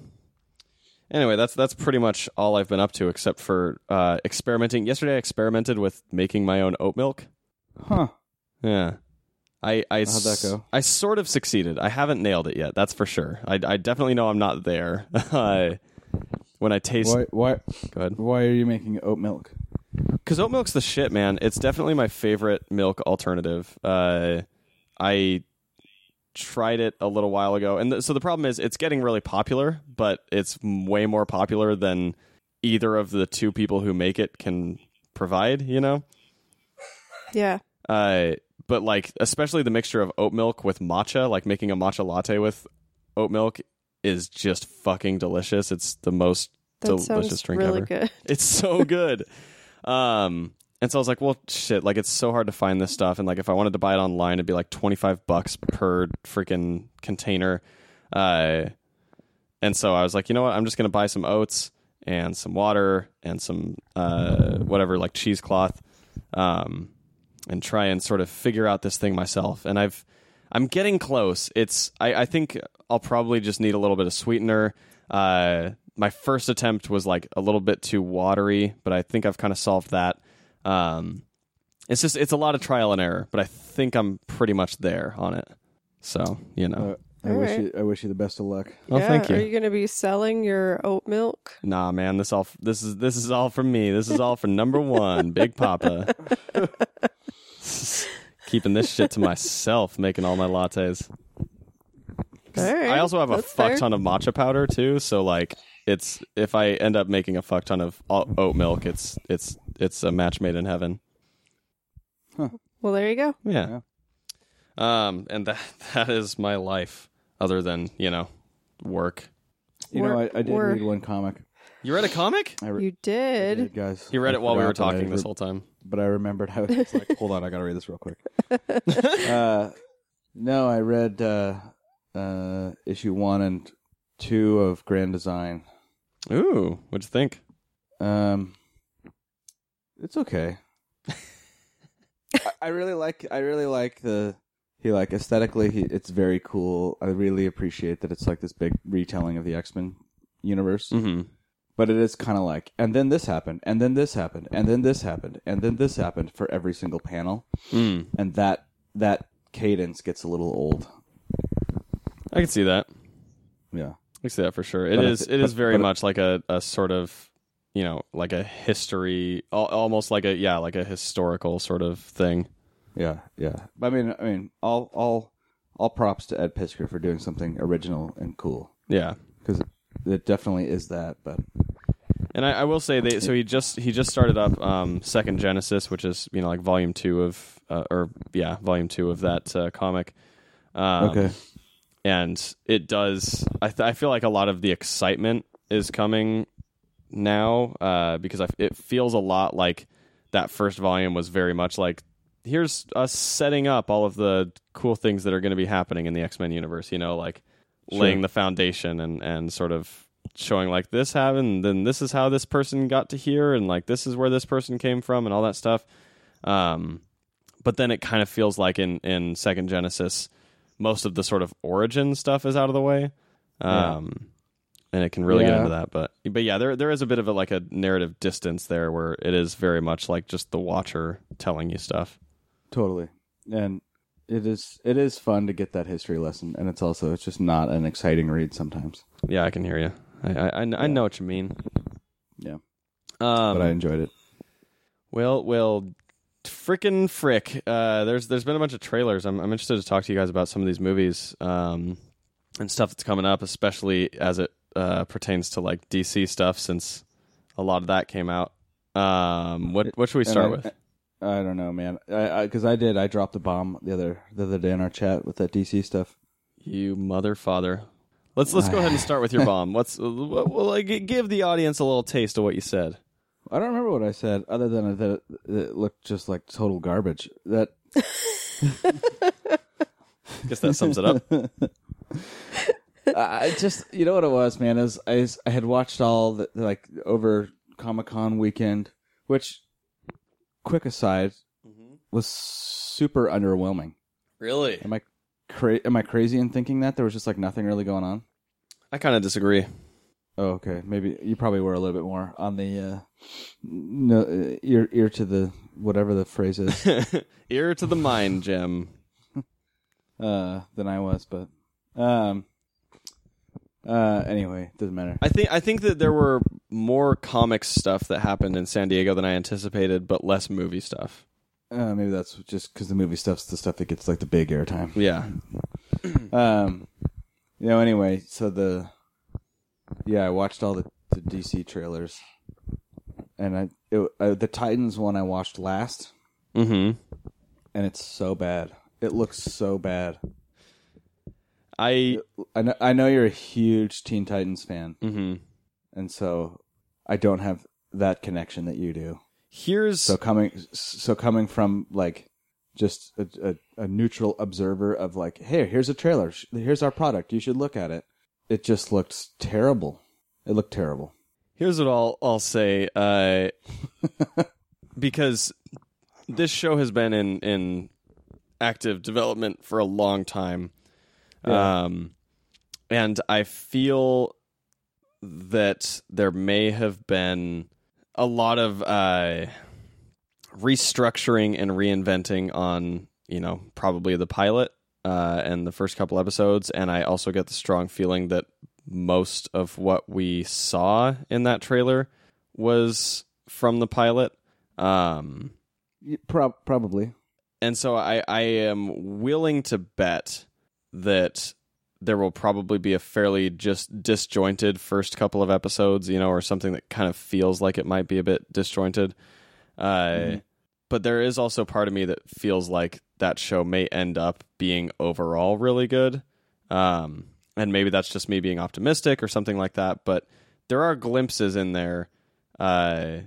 Speaker 1: Anyway, that's that's pretty much all I've been up to, except for uh, experimenting. Yesterday, I experimented with making my own oat milk.
Speaker 2: Huh.
Speaker 1: Yeah. I, I
Speaker 2: How'd that
Speaker 1: s-
Speaker 2: go?
Speaker 1: I sort of succeeded. I haven't nailed it yet. That's for sure. I, I definitely know I'm not there. Uh, when I taste,
Speaker 2: Why why
Speaker 1: go ahead.
Speaker 2: why are you making oat milk?
Speaker 1: Because oat milk's the shit, man. It's definitely my favorite milk alternative. Uh, I tried it a little while ago, and th- so the problem is it's getting really popular, but it's m- way more popular than either of the two people who make it can provide. You know.
Speaker 3: Yeah.
Speaker 1: Uh, but like, especially the mixture of oat milk with matcha, like making a matcha latte with oat milk is just fucking delicious. It's the most
Speaker 3: That
Speaker 1: delicious
Speaker 3: sounds
Speaker 1: drink
Speaker 3: really
Speaker 1: ever.
Speaker 3: good.
Speaker 1: It's so good. um, and so I was like, well, shit, like it's so hard to find this stuff. And like, if I wanted to buy it online, it'd be like 25 bucks per freaking container. Uh, and so I was like, you know what? I'm just going to buy some oats and some water and some, uh, whatever, like cheesecloth. Um, and try and sort of figure out this thing myself. And I've I'm getting close. It's I, I think I'll probably just need a little bit of sweetener. Uh, my first attempt was like a little bit too watery, but I think I've kind of solved that. Um, it's just it's a lot of trial and error, but I think I'm pretty much there on it. So you know,
Speaker 2: Uh, I
Speaker 3: All
Speaker 2: wish
Speaker 3: right.
Speaker 2: you I wish you the best of luck.
Speaker 1: oh
Speaker 3: yeah.
Speaker 1: thank you.
Speaker 3: Are you going to be selling your oat milk?
Speaker 1: Nah, man, this all f- this is this is all for me. This is all for number one, Big Papa. Keeping this shit to myself, making all my lattes.
Speaker 3: All right.
Speaker 1: I also have a
Speaker 3: that's
Speaker 1: fuck
Speaker 3: fair.
Speaker 1: ton of matcha powder too, so like it's if I end up making a fuck ton of o- oat milk, it's it's it's a match made in heaven.
Speaker 3: Well, there you go.
Speaker 1: Yeah. Um, and that that is my life, other than you know, work.
Speaker 2: You know, I,
Speaker 3: Work-
Speaker 2: I did
Speaker 3: work.
Speaker 2: read one comic.
Speaker 1: You read a comic?
Speaker 2: I re-
Speaker 3: You
Speaker 2: I
Speaker 3: did.
Speaker 2: did, guys.
Speaker 1: You read
Speaker 2: I
Speaker 1: it while we were
Speaker 2: forgot that I
Speaker 1: talking this
Speaker 2: re-
Speaker 1: whole time.
Speaker 2: but I remembered how it was like, hold on, I gotta read this real quick. uh, no, I read uh, uh, issue one and two of Grand Design.
Speaker 1: Ooh, what'd you think?
Speaker 2: Um, it's okay. I, I really like. I really like the. He like aesthetically, he, it's very cool. I really appreciate that it's like this big retelling of the X Men universe.
Speaker 1: Mm-hmm.
Speaker 2: But it is kind of like, and then this happened, and then this happened, and then this happened, and then this happened for every single panel,
Speaker 1: Mm,
Speaker 2: and that that cadence gets a little old.
Speaker 1: I can see that.
Speaker 2: Yeah.
Speaker 1: I can see that for sure. It
Speaker 2: But I
Speaker 1: is.
Speaker 2: thi-
Speaker 1: it is
Speaker 2: but-
Speaker 1: very
Speaker 2: but-
Speaker 1: much like a, a sort of, you know, like a history, al- almost like a yeah, like a historical sort of thing.
Speaker 2: Yeah, yeah. I mean, I mean, all all all props to Ed Pisker for doing something original and cool
Speaker 1: Yeah.
Speaker 2: because it definitely is that. But
Speaker 1: And I, I will say they so he just he just started up um, Second Genesis, which is you know like volume two of uh, or yeah volume two of that uh, comic. Um,
Speaker 2: okay,
Speaker 1: and it does. I, th- I feel like a lot of the excitement is coming now uh, because I f it feels a lot like that first volume was very much like here's us setting up all of the cool things that are going to be happening in the X Men universe. You know, like
Speaker 2: Sure.
Speaker 1: laying the foundation and and sort of showing like this happened, then this is how this person got to here, and like this is where this person came from, and all that stuff. Um, but then it kind of feels like in in Second Genesis, most of the sort of origin stuff is out of the way.
Speaker 2: Yeah.
Speaker 1: Um, and it can really get
Speaker 2: Yeah.
Speaker 1: into that. But but yeah, there there is a bit of a like a narrative distance there where it is very much like just the watcher telling you stuff.
Speaker 2: Totally. And it is it is fun to get that history lesson, and it's also it's just not an exciting read sometimes.
Speaker 1: Yeah, I can hear you. I I, I, kn- I know what you mean.
Speaker 2: Yeah.
Speaker 1: Um,
Speaker 2: but I enjoyed it.
Speaker 1: Well, well, frickin' frick. Uh, there's there's been a bunch of trailers. I'm I'm interested to talk to you guys about some of these movies um, and stuff that's coming up, especially as it uh, pertains to like DC stuff, since a lot of that came out. Um, what what should we
Speaker 2: And
Speaker 1: start
Speaker 2: I-
Speaker 1: with?
Speaker 2: I, don't know, man. I because I, did. I dropped the bomb the other the other day in our chat with that DC stuff.
Speaker 1: You mother father. Let's let's go ahead and start with your bomb. What's well, like, give the audience a little taste of what you said.
Speaker 2: I don't remember what I said, other than that it, it looked just like total garbage. That
Speaker 1: Guess that sums it up.
Speaker 2: I I just you know what it was, man. Is I, s- I had watched all the, like over Comic Con weekend, which, quick aside, was super underwhelming.
Speaker 1: Mm-hmm. Really,
Speaker 2: Am I cra- am I crazy in thinking that there was just like nothing really going on?
Speaker 1: I kind of disagree.
Speaker 2: Oh, okay. Maybe you probably were a little bit more on the uh, no, uh, ear ear to the whatever the phrase is
Speaker 1: Ear to the mind, Jim.
Speaker 2: uh, than I was, but um, uh, anyway, doesn't matter.
Speaker 1: I think I think that there were more comics stuff that happened in San Diego than I anticipated, but less movie stuff.
Speaker 2: Uh, maybe that's just because the movie stuff's the stuff that gets like the big airtime.
Speaker 1: Yeah,
Speaker 2: Um, you know. Anyway, so the yeah, I watched all the, the DC trailers, and I, it, uh the Titans one I watched last,
Speaker 1: mm-hmm.
Speaker 2: and it's so bad. It looks so bad.
Speaker 1: I
Speaker 2: I know, I know you're a huge Teen Titans fan,
Speaker 1: hmm
Speaker 2: and so I don't have that connection that you do.
Speaker 1: here's
Speaker 2: So coming, so coming from like just a, a, a neutral observer of like, hey, here's a trailer, Sh- here's our product, you should look at it. It just looked terrible. It looked terrible.
Speaker 1: here's what I'll I'll say uh, because this show has been in in active development for a long time, um, and I feel that there may have been a lot of uh, restructuring and reinventing on you know probably the pilot uh, and the first couple episodes, and I also get the strong feeling that most of what we saw in that trailer was from the pilot. Um,
Speaker 2: Y- prob- probably.
Speaker 1: and so I, I am willing to bet that there will probably be a fairly just disjointed first couple of episodes, you know, or something that kind of feels like it might be a bit disjointed. Uh,
Speaker 2: Mhm.
Speaker 1: But there is also part of me that feels like that show may end up being overall really good. Um, and maybe that's just me being optimistic or something like that. But there are glimpses in there uh,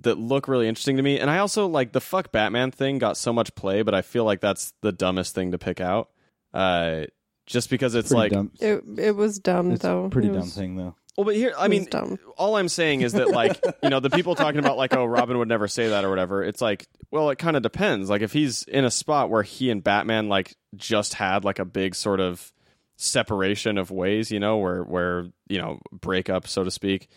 Speaker 1: that look really interesting to me. And I also like the fuck Batman thing got so much play, but I feel like that's the dumbest thing to pick out. Uh, just because it's
Speaker 2: Pretty
Speaker 1: like,
Speaker 2: dumb.
Speaker 3: It it was dumb
Speaker 2: It's
Speaker 3: though.
Speaker 2: a pretty
Speaker 3: It
Speaker 2: dumb
Speaker 3: was-
Speaker 2: thing though.
Speaker 1: well, but here, I
Speaker 3: it was
Speaker 1: mean,
Speaker 3: dumb.
Speaker 1: all I'm saying is that like you know the people talking about like oh Robin would never say that or whatever. It's like well it kind of depends. Like if he's in a spot where he and Batman like just had like a big sort of separation of ways, you know, where where you know breakup so to speak.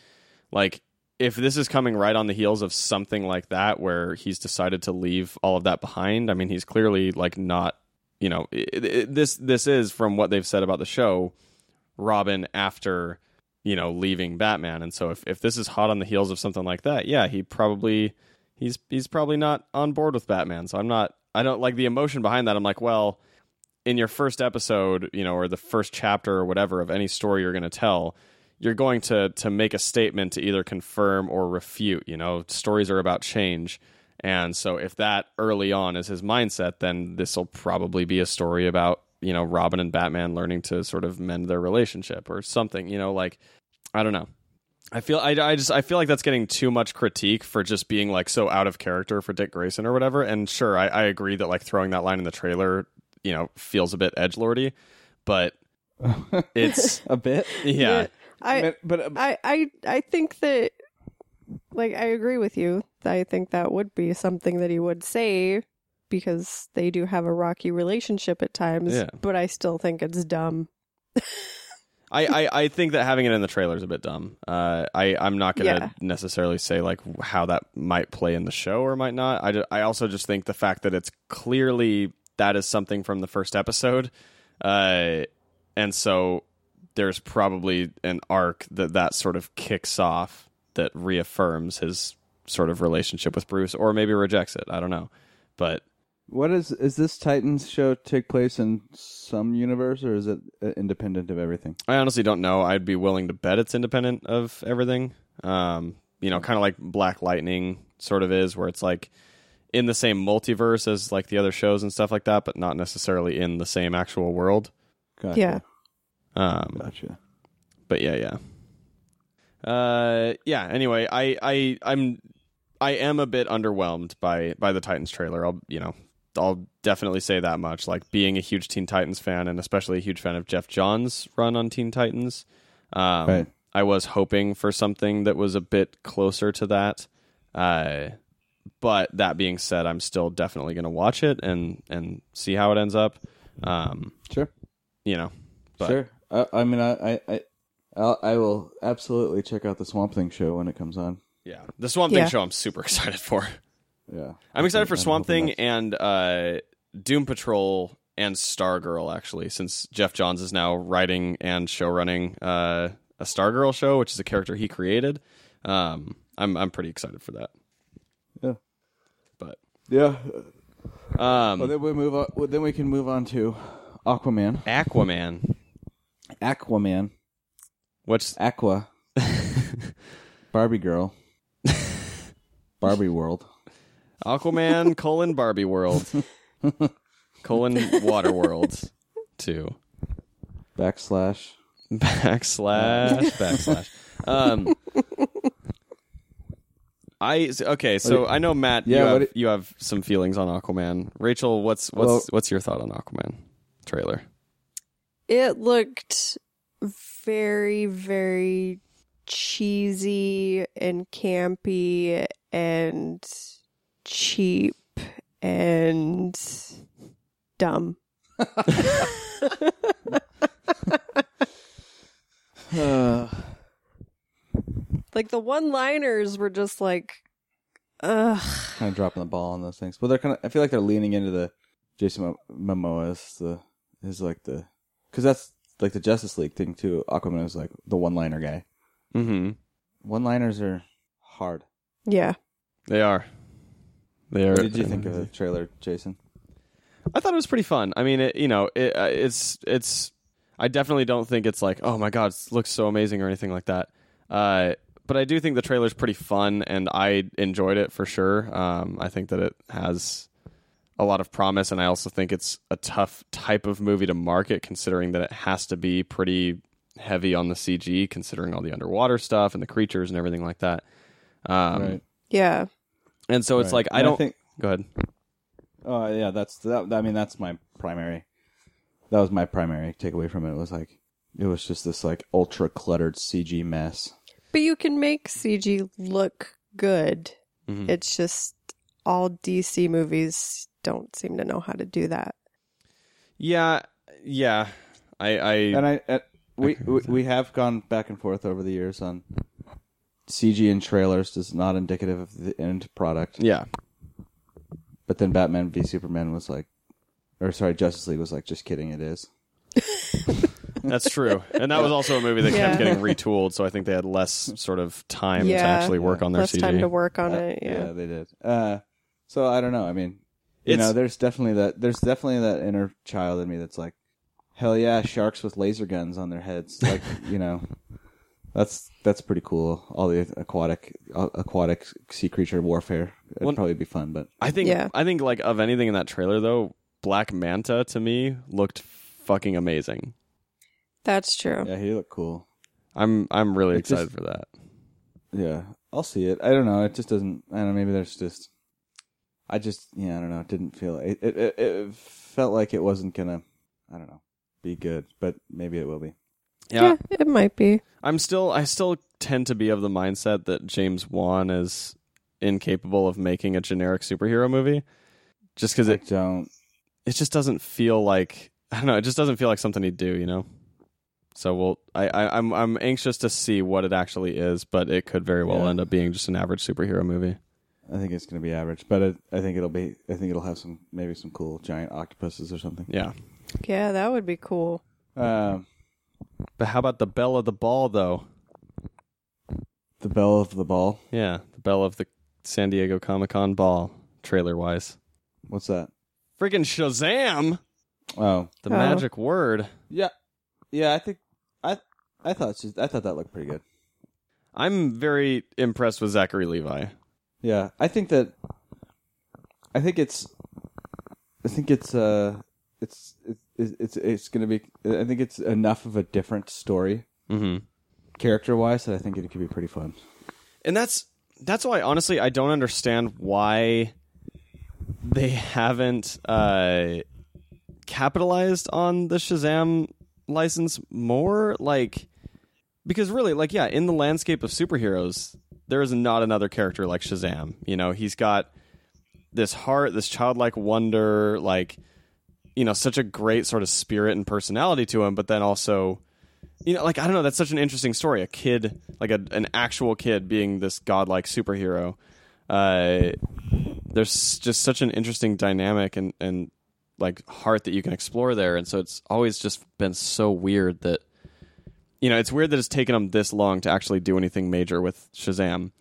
Speaker 1: Like if this is coming right on the heels of something like that where he's decided to leave all of that behind, I mean he's clearly like not you know it, it, this this is from what they've said about the show Robin after you know leaving Batman and so if, if this is hot on the heels of something like that yeah he probably he's he's probably not on board with Batman so I'm not I don't like the emotion behind that I'm like well in your first episode you know or the first chapter or whatever of any story you're going to tell you're going to to make a statement to either confirm or refute you know stories are about change and so if that early on is his mindset then this will probably be a story about you know, Robin and Batman learning to sort of mend their relationship or something, you know, like I don't know. I feel I, I just I feel like that's getting too much critique for just being like so out of character for Dick Grayson or whatever. And sure, I, I agree that like throwing that line in the trailer, you know, feels a bit edge lordy, but it's
Speaker 2: a bit.
Speaker 1: yeah,
Speaker 3: I
Speaker 2: but, um, but
Speaker 3: I, I I think that like I agree with you. I think that would be something that he would say because they do have a rocky relationship at times,
Speaker 1: Yeah.
Speaker 3: but I still think it's dumb.
Speaker 1: I, I, I think that having it in the trailer is a bit dumb. Uh, I I'm not gonna
Speaker 3: Yeah.
Speaker 1: necessarily say like how that might play in the show or might not. I, ju- I also just think the fact that it's clearly that is something from the first episode, uh, and so there's probably an arc that that sort of kicks off that reaffirms his sort of relationship with Bruce, or maybe rejects it. I don't know, but
Speaker 2: what is is this Titans show take place in some universe or is it uh, independent of everything?
Speaker 1: I honestly don't know. I'd be willing to bet it's independent of everything. Um, you know, kind of like Black Lightning sort of is, where it's like in the same multiverse as like the other shows and stuff like that, but not necessarily in the same actual world.
Speaker 2: Gotcha.
Speaker 3: Yeah.
Speaker 1: Um,
Speaker 2: Gotcha.
Speaker 1: but yeah, yeah. Uh, yeah. Anyway, I, I, I'm, I am a bit underwhelmed by by the Titans trailer. I'll, you know, I'll definitely say that much. Like being a huge Teen Titans fan, and especially a huge fan of Jeff John's run on Teen Titans. Um,
Speaker 2: Right.
Speaker 1: I was hoping for something that was a bit closer to that. Uh, but that being said, I'm still definitely going to watch it and and see how it ends up. Um,
Speaker 2: Sure.
Speaker 1: you know, but
Speaker 2: Sure. I, I mean, I, I, I, I'll, I will absolutely check out the Swamp Thing show when it comes on.
Speaker 1: yeah, the Swamp Thing
Speaker 3: Yeah.
Speaker 1: show I'm super excited for.
Speaker 2: Yeah.
Speaker 1: I'm excited for
Speaker 2: hoping
Speaker 1: Swamp Thing
Speaker 2: that's-
Speaker 1: and uh, Doom Patrol and Stargirl actually, since Jeff Johns is now writing and showrunning uh, a Stargirl show, which is a character he created. Um, I'm I'm pretty excited for that.
Speaker 2: Yeah.
Speaker 1: But
Speaker 2: Yeah.
Speaker 1: um,
Speaker 2: Well, then we move on. Well, then we can move on to Aquaman.
Speaker 1: Aquaman.
Speaker 2: Aquaman.
Speaker 1: What's
Speaker 2: Aqua. Barbie girl. Barbie world.
Speaker 1: Aquaman colon Barbie World colon Water World two
Speaker 2: Backslash.
Speaker 1: backslash backslash. Um, I s- okay. So I know Matt.
Speaker 2: Yeah,
Speaker 1: you have,
Speaker 2: what it-
Speaker 1: you have some feelings on Aquaman. Rachel, what's what's
Speaker 2: Well-
Speaker 1: what's your thought on Aquaman trailer?
Speaker 3: It looked very, very cheesy and campy and cheap and dumb.
Speaker 2: Uh,
Speaker 3: Like the one liners were just like, ugh.
Speaker 2: kind of dropping the ball on those things. Well, they're kind of. I feel like they're leaning into the Jason Mo- Momoa's the is like the because that's like the Justice League thing too. Aquaman is like the one liner guy.
Speaker 1: Mm-hmm.
Speaker 2: One liners are hard.
Speaker 3: Yeah.
Speaker 1: They are. They are.
Speaker 2: What did you think of the trailer, Jason?
Speaker 1: I thought it was pretty fun. I mean, it, you know, it, uh, it's it's. I definitely don't think it's like, oh my god, it looks so amazing or anything like that. Uh, but I do think the trailer's pretty fun, and I enjoyed it for sure. Um, I think that it has a lot of promise, and I also think it's a tough type of movie to market, considering that it has to be pretty heavy on the CG, considering all the underwater stuff and the creatures and everything like that. Um,
Speaker 3: Yeah.
Speaker 1: And so it's
Speaker 2: Right.
Speaker 1: like I
Speaker 2: And
Speaker 1: don't.
Speaker 2: think.
Speaker 1: go ahead.
Speaker 2: Oh yeah, that's that. I mean, that's my primary. That was my primary takeaway from it. Was like it was just this like ultra cluttered CG mess.
Speaker 3: But you can make CG look good.
Speaker 1: Mhm.
Speaker 3: It's just all DC movies don't seem to know how to do that.
Speaker 1: Yeah, yeah. I, I
Speaker 2: and I uh, we we, we have gone back and forth over the years on CG in trailers is not indicative of the end product.
Speaker 1: yeah.
Speaker 2: But then Batman v Superman was like, or sorry, Justice League was like, just kidding, it is.
Speaker 1: That's true. And that was also a movie that kept
Speaker 3: Yeah.
Speaker 1: getting retooled, so I think they had less sort of time to
Speaker 3: Yeah.
Speaker 1: actually work on their
Speaker 3: Less
Speaker 1: CG.
Speaker 3: time to work on
Speaker 2: Uh,
Speaker 3: it. Yeah.
Speaker 2: they did. Uh, so I don't know. I mean, you
Speaker 1: It's-
Speaker 2: know, there's definitely that. There's definitely that inner child in me that's like, hell yeah, sharks with laser guns on their heads. Like, you know, that's that's pretty cool. All the aquatic uh, aquatic sea creature warfare. It'd
Speaker 1: Well-
Speaker 2: probably be fun, but
Speaker 1: I think
Speaker 3: Yeah.
Speaker 1: I think like of anything in that trailer though, Black Manta to me looked fucking amazing.
Speaker 3: That's true.
Speaker 2: Yeah, he looked cool.
Speaker 1: I'm I'm really
Speaker 2: It just-
Speaker 1: excited for that.
Speaker 2: Yeah, I'll see it. I don't know. It just doesn't. I don't know. Maybe there's just. I just yeah. I don't know. It didn't feel. It it, it it felt like it wasn't gonna. I don't know. Be good, but maybe it will be.
Speaker 1: Yeah.
Speaker 3: it might be.
Speaker 1: I'm still I still tend to be of the mindset that James Wan is incapable of making a generic superhero movie just cuz
Speaker 2: I
Speaker 1: it
Speaker 2: don't.
Speaker 1: it just doesn't feel like I don't know, it just doesn't feel like something he'd do, you know. So we'll I, I I'm I'm anxious to see what it actually is, but it could very well
Speaker 2: Yeah.
Speaker 1: end up being just an average superhero movie.
Speaker 2: I think it's gonna be average, but it, I think it'll be. I think it'll have some maybe some cool giant octopuses or something.
Speaker 1: Yeah.
Speaker 3: Yeah, that would be cool.
Speaker 2: Um,
Speaker 1: But how about the bell of the ball though?
Speaker 2: the bell of the ball.
Speaker 1: Yeah, the bell of the San Diego Comic-Con ball trailer wise.
Speaker 2: What's that?
Speaker 1: Freaking Shazam,
Speaker 2: Oh,
Speaker 1: the
Speaker 3: Oh.
Speaker 1: magic word.
Speaker 2: yeah, yeah. I think I I thought she, I thought that looked pretty good.
Speaker 1: I'm very impressed with Zachary Levi.
Speaker 2: Yeah, I think that. I think it's. I think it's. Uh, it's it's it's it's gonna be. I think it's enough of a different story,
Speaker 1: Mm-hmm.
Speaker 2: character wise, that I think it could be pretty fun.
Speaker 1: And that's that's why honestly I don't understand why they haven't uh, capitalized on the Shazam license more. Like because really, like yeah, in the landscape of superheroes, there is not another character like Shazam. You know, he's got this heart, this childlike wonder, like you know, such a great sort of spirit and personality to him, but then also you know, like I don't know, that's such an interesting story. A kid, like a, an actual kid, being this godlike superhero. Uh, there's just such an interesting dynamic and and like heart that you can explore there, and so it's always just been so weird that you know it's weird that it's taken them this long to actually do anything major with Shazam,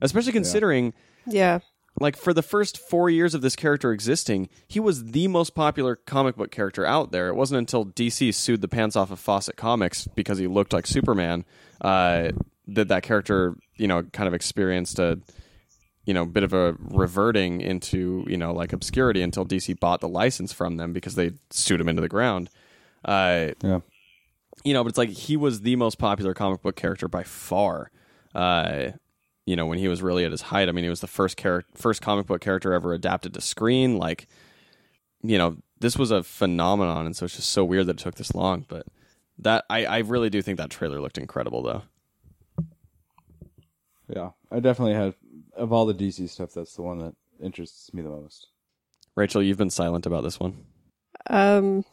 Speaker 1: especially considering
Speaker 3: Yeah.
Speaker 1: like for the first four years of this character existing, he was the most popular comic book character out there. It wasn't until DC sued the pants off of Fawcett Comics because he looked like Superman uh, that that character, you know, kind of experienced a, you know, bit of a reverting into you know like obscurity until DC bought the license from them because they sued him into the ground. Uh,
Speaker 2: Yeah,
Speaker 1: you know, but it's like he was the most popular comic book character by far. Uh, you know, when he was really at his height, I mean, he was the first character, first comic book character ever adapted to screen. Like, you know, this was a phenomenon, and so it's just so weird that it took this long. But that I, I really do think that trailer looked incredible, though.
Speaker 2: yeah. I definitely had of all the DC stuff, that's the one that interests me the most.
Speaker 1: Rachel, you've been silent about this one.
Speaker 3: Um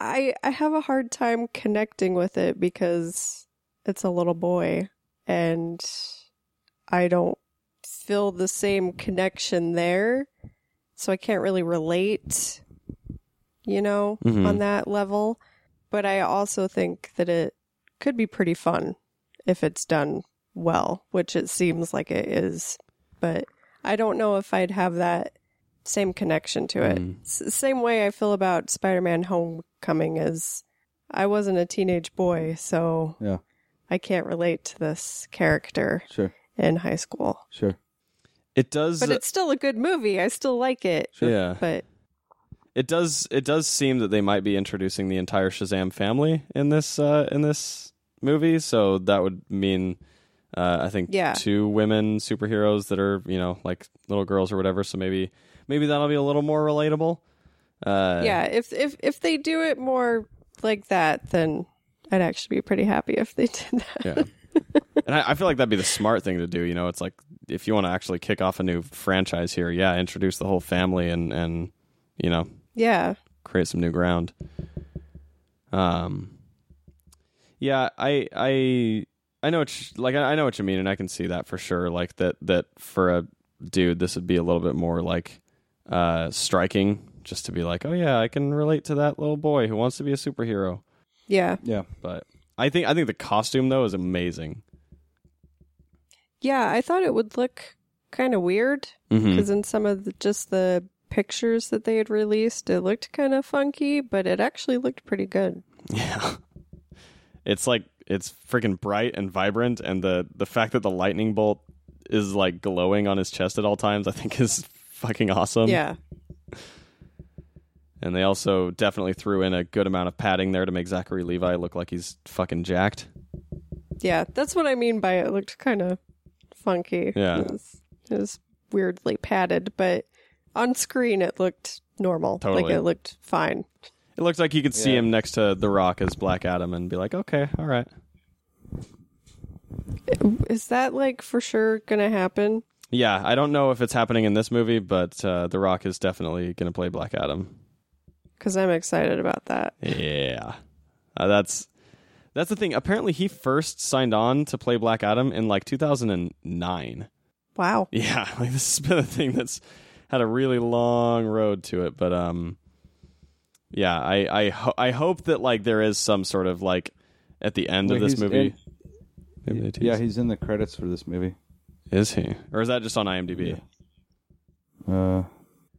Speaker 3: I I have a hard time connecting with it because it's a little boy and I don't feel the same connection there. So I can't really relate, you know,
Speaker 1: Mhm.
Speaker 3: on that level. But I also think that it could be pretty fun if it's done well, which it seems like it is. But I don't know if I'd have that same connection to it.
Speaker 1: Mm.
Speaker 3: S- same way I feel about Spider Man Homecoming is I wasn't a teenage boy, so
Speaker 2: Yeah.
Speaker 3: I can't relate to this character
Speaker 2: Sure,
Speaker 3: in high school.
Speaker 2: sure.
Speaker 1: It does,
Speaker 3: But it's still a good movie. I still like it.
Speaker 2: Sure.
Speaker 1: yeah.
Speaker 3: But
Speaker 1: It does. It does seem that they might be introducing the entire Shazam family in this uh, in this movie. So that would mean, uh, I think,
Speaker 3: Yeah.
Speaker 1: two women superheroes that are you know like little girls or whatever. So maybe maybe that'll be a little more relatable. Uh,
Speaker 3: yeah, if if if they do it more like that, then I'd actually be pretty happy if they did that.
Speaker 1: Yeah. and I, I feel like that'd be the smart thing to do. You know, it's like if you want to actually kick off a new franchise here, yeah, introduce the whole family and and you know
Speaker 3: Yeah.
Speaker 1: create some new ground. Um, yeah, I, I, I know what you, like I I know what you mean, and I can see that for sure. Like that, that for a dude, this would be a little bit more like uh, striking, just to be like, oh yeah, I can relate to that little boy who wants to be a superhero.
Speaker 3: Yeah.
Speaker 2: Yeah,
Speaker 1: But I think I think the costume though is amazing.
Speaker 3: Yeah, I thought it would look kind of weird
Speaker 1: Mm-hmm.
Speaker 3: because in some of the, just the pictures that they had released, it looked kind of funky, but it actually looked pretty good.
Speaker 1: Yeah. It's like it's freaking bright and vibrant and the the fact that the lightning bolt Um, is like glowing on his chest at all times I think is fucking awesome.
Speaker 3: yeah.
Speaker 1: And they also definitely threw in a good amount of padding there to make Zachary Levi look like he's fucking jacked.
Speaker 3: Yeah, that's what I mean by it looked kind of funky.
Speaker 1: Yeah.
Speaker 3: It was, it was weirdly padded, but on screen it looked normal.
Speaker 1: Totally.
Speaker 3: Like it looked fine.
Speaker 1: It looked like you could see
Speaker 2: Yeah.
Speaker 1: him next to The Rock as Black Adam and be like, okay, all right.
Speaker 3: Is that like for sure going to happen?
Speaker 1: Yeah, I don't know if it's happening in this movie, but uh, The Rock is definitely going to play Black Adam.
Speaker 3: Because I'm excited about that.
Speaker 1: Yeah, Uh, that's that's the thing. Apparently, he first signed on to play Black Adam in like 2009.
Speaker 3: Wow.
Speaker 1: Yeah, like this has been a thing that's had a really long road to it, but um, yeah, I I ho- I hope that like there is some sort of like at the end
Speaker 2: Well,
Speaker 1: of this
Speaker 2: he's
Speaker 1: movie. Maybe they
Speaker 2: in-
Speaker 1: tease.
Speaker 2: yeah, he's in the credits for this movie.
Speaker 1: is he, or is that just on IMDb?
Speaker 2: Yeah. Uh,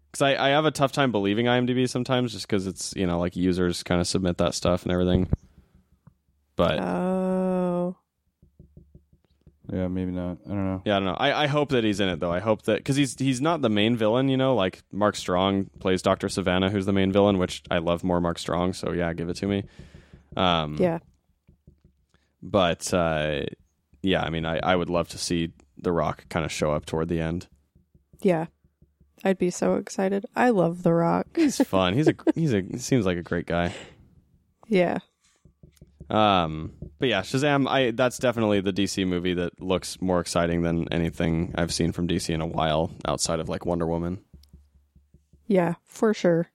Speaker 1: because I, I have a tough time believing IMDb sometimes, just because it's you know like users kind of submit that stuff and everything. But
Speaker 3: Oh.
Speaker 2: yeah, maybe not. I don't know.
Speaker 1: yeah, I don't know. I, I hope that he's in it though. I hope that because he's he's not the main villain, you know. Like Mark Strong plays Doctor Savannah, who's the main villain, which I love more Mark Strong. So yeah, give it to me. Um,
Speaker 3: Yeah.
Speaker 1: But uh, yeah, I mean, I, I would love to see The Rock kind of show up toward the end.
Speaker 3: Yeah. I'd be so excited. I love The Rock.
Speaker 1: He's fun. he's a he's a he seems like a great guy.
Speaker 3: Yeah.
Speaker 1: Um, but yeah, Shazam. I that's definitely the DC movie that looks more exciting than anything I've seen from DC in a while, outside of like Wonder Woman.
Speaker 3: Yeah, for sure.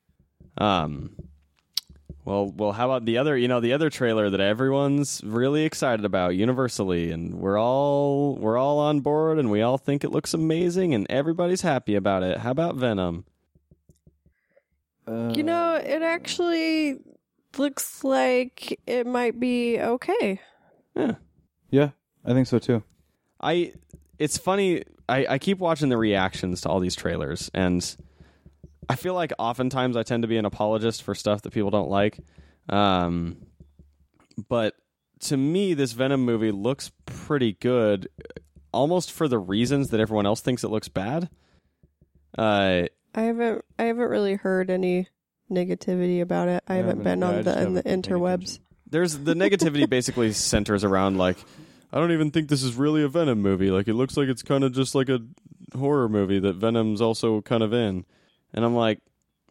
Speaker 1: Um, well, well, how about the other? You know, the other trailer that everyone's really excited about universally, and we're all we're all on board, and we all think it looks amazing, and everybody's happy about it. How about Venom?
Speaker 2: Uh,
Speaker 3: You know, it actually looks like it might be okay.
Speaker 2: Yeah, I think so too.
Speaker 1: I it's funny. I, I keep watching the reactions to all these trailers, and I feel like oftentimes I tend to be an apologist for stuff that people don't like. Um, but to me, this Venom movie looks pretty good, almost for the reasons that everyone else thinks it looks bad. Uh,
Speaker 3: I haven't I haven't really heard any negativity about it. I
Speaker 2: Yeah,
Speaker 3: haven't
Speaker 2: but-
Speaker 3: been
Speaker 2: yeah, I
Speaker 3: on
Speaker 2: just
Speaker 3: the in the
Speaker 2: haven't paid
Speaker 3: interwebs.
Speaker 1: there's the negativity basically centers around like I don't even think this is really a Venom movie. Like it looks like it's kind of just like a horror movie that Venom's also kind of in. And I'm like,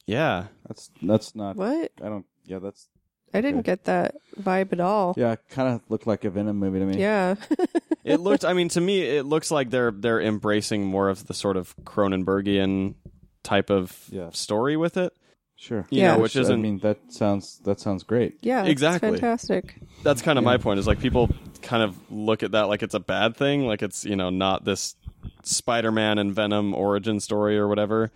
Speaker 1: yeah.
Speaker 2: That's that's not.
Speaker 3: What?
Speaker 2: I don't. Yeah, that's.
Speaker 3: I didn't
Speaker 2: Okay.
Speaker 3: get that vibe at all.
Speaker 2: Yeah, kind of looked like a Venom movie to me.
Speaker 3: Yeah.
Speaker 1: It looked I mean to me it looks like they're they're embracing more of the sort of Cronenbergian type of
Speaker 2: Yeah.
Speaker 1: story with it.
Speaker 2: Sure.
Speaker 1: You
Speaker 3: know,
Speaker 1: which isn't-
Speaker 2: I mean, that sounds that sounds great.
Speaker 3: yeah. it's
Speaker 1: Exactly.
Speaker 3: fantastic.
Speaker 1: That's kind of my point is like people kind of look at that like it's a bad thing, like it's, you know, not this Spider-Man and Venom origin story or whatever.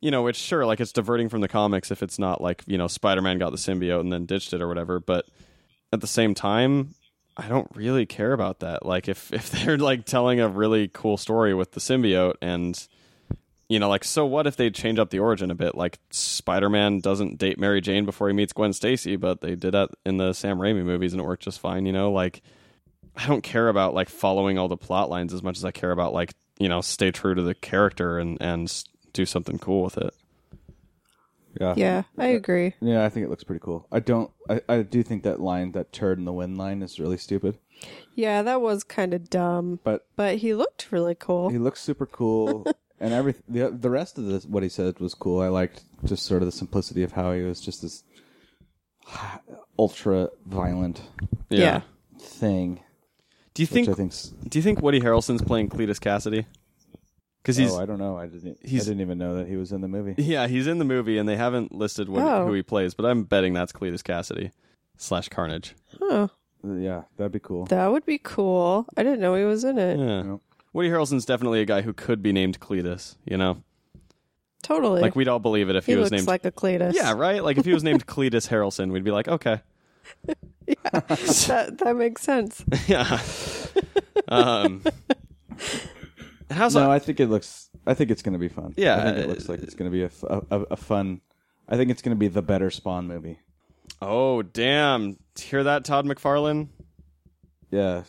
Speaker 1: you know, it's sure like it's diverting from the comics if it's not like, you know, Spider-Man got the symbiote and then ditched it or whatever, but at the same time, I don't really care about that. Like if if they're like telling a really cool story with the symbiote and you know, like so what if they change up the origin a bit? Like Spider-Man doesn't date Mary Jane before he meets Gwen Stacy, but they did that in the Sam Raimi movies and it worked just fine, you know? Like I don't care about like following all the plot lines as much as I care about like, you know, stay true to the character and and do something cool with it.
Speaker 2: Yeah.
Speaker 3: Yeah, I agree.
Speaker 2: Yeah, I think it looks pretty cool. I don't. I, I do think that line, that turd in the wind line, is really stupid.
Speaker 3: Yeah, that was kind of dumb,
Speaker 2: But
Speaker 3: but he looked really cool.
Speaker 2: he looks super cool, and every the the rest of this what he said was cool. I liked just sort of the simplicity of how he was just this ultra violent
Speaker 3: Yeah.
Speaker 2: thing,
Speaker 1: Do you
Speaker 2: which
Speaker 1: think
Speaker 2: I think's.
Speaker 1: Do you think Woody Harrelson's playing Cletus Cassidy? Because he's
Speaker 2: oh, I don't know. I didn't. I
Speaker 1: he's-
Speaker 2: didn't even know that he was in the movie.
Speaker 1: yeah he's in the movie and they haven't listed what,
Speaker 3: Oh.
Speaker 1: who he plays, but I'm betting that's Cletus Cassidy slash Carnage.
Speaker 3: Huh.
Speaker 2: Yeah, that'd be cool.
Speaker 3: That would be cool. I didn't know he was in it.
Speaker 1: Yeah.
Speaker 2: Yep.
Speaker 1: Woody Harrelson's definitely a guy who could be named Cletus. You know,
Speaker 3: Totally.
Speaker 1: like we'd all believe it if
Speaker 3: he
Speaker 1: he, was
Speaker 3: looks
Speaker 1: named.
Speaker 3: like a Cletus.
Speaker 1: yeah, right. Like if he was named Cletus Harrelson, we'd be like, okay,
Speaker 3: That that makes sense.
Speaker 1: yeah. um, how's
Speaker 2: no, I think it looks. I think it's going to be fun.
Speaker 1: Yeah,
Speaker 2: I think it
Speaker 1: uh,
Speaker 2: looks like it's going to be a, f- a- a- a fun. I think it's going to be the better Spawn movie.
Speaker 1: oh damn! Hear that, Todd McFarlane?
Speaker 2: Yeah,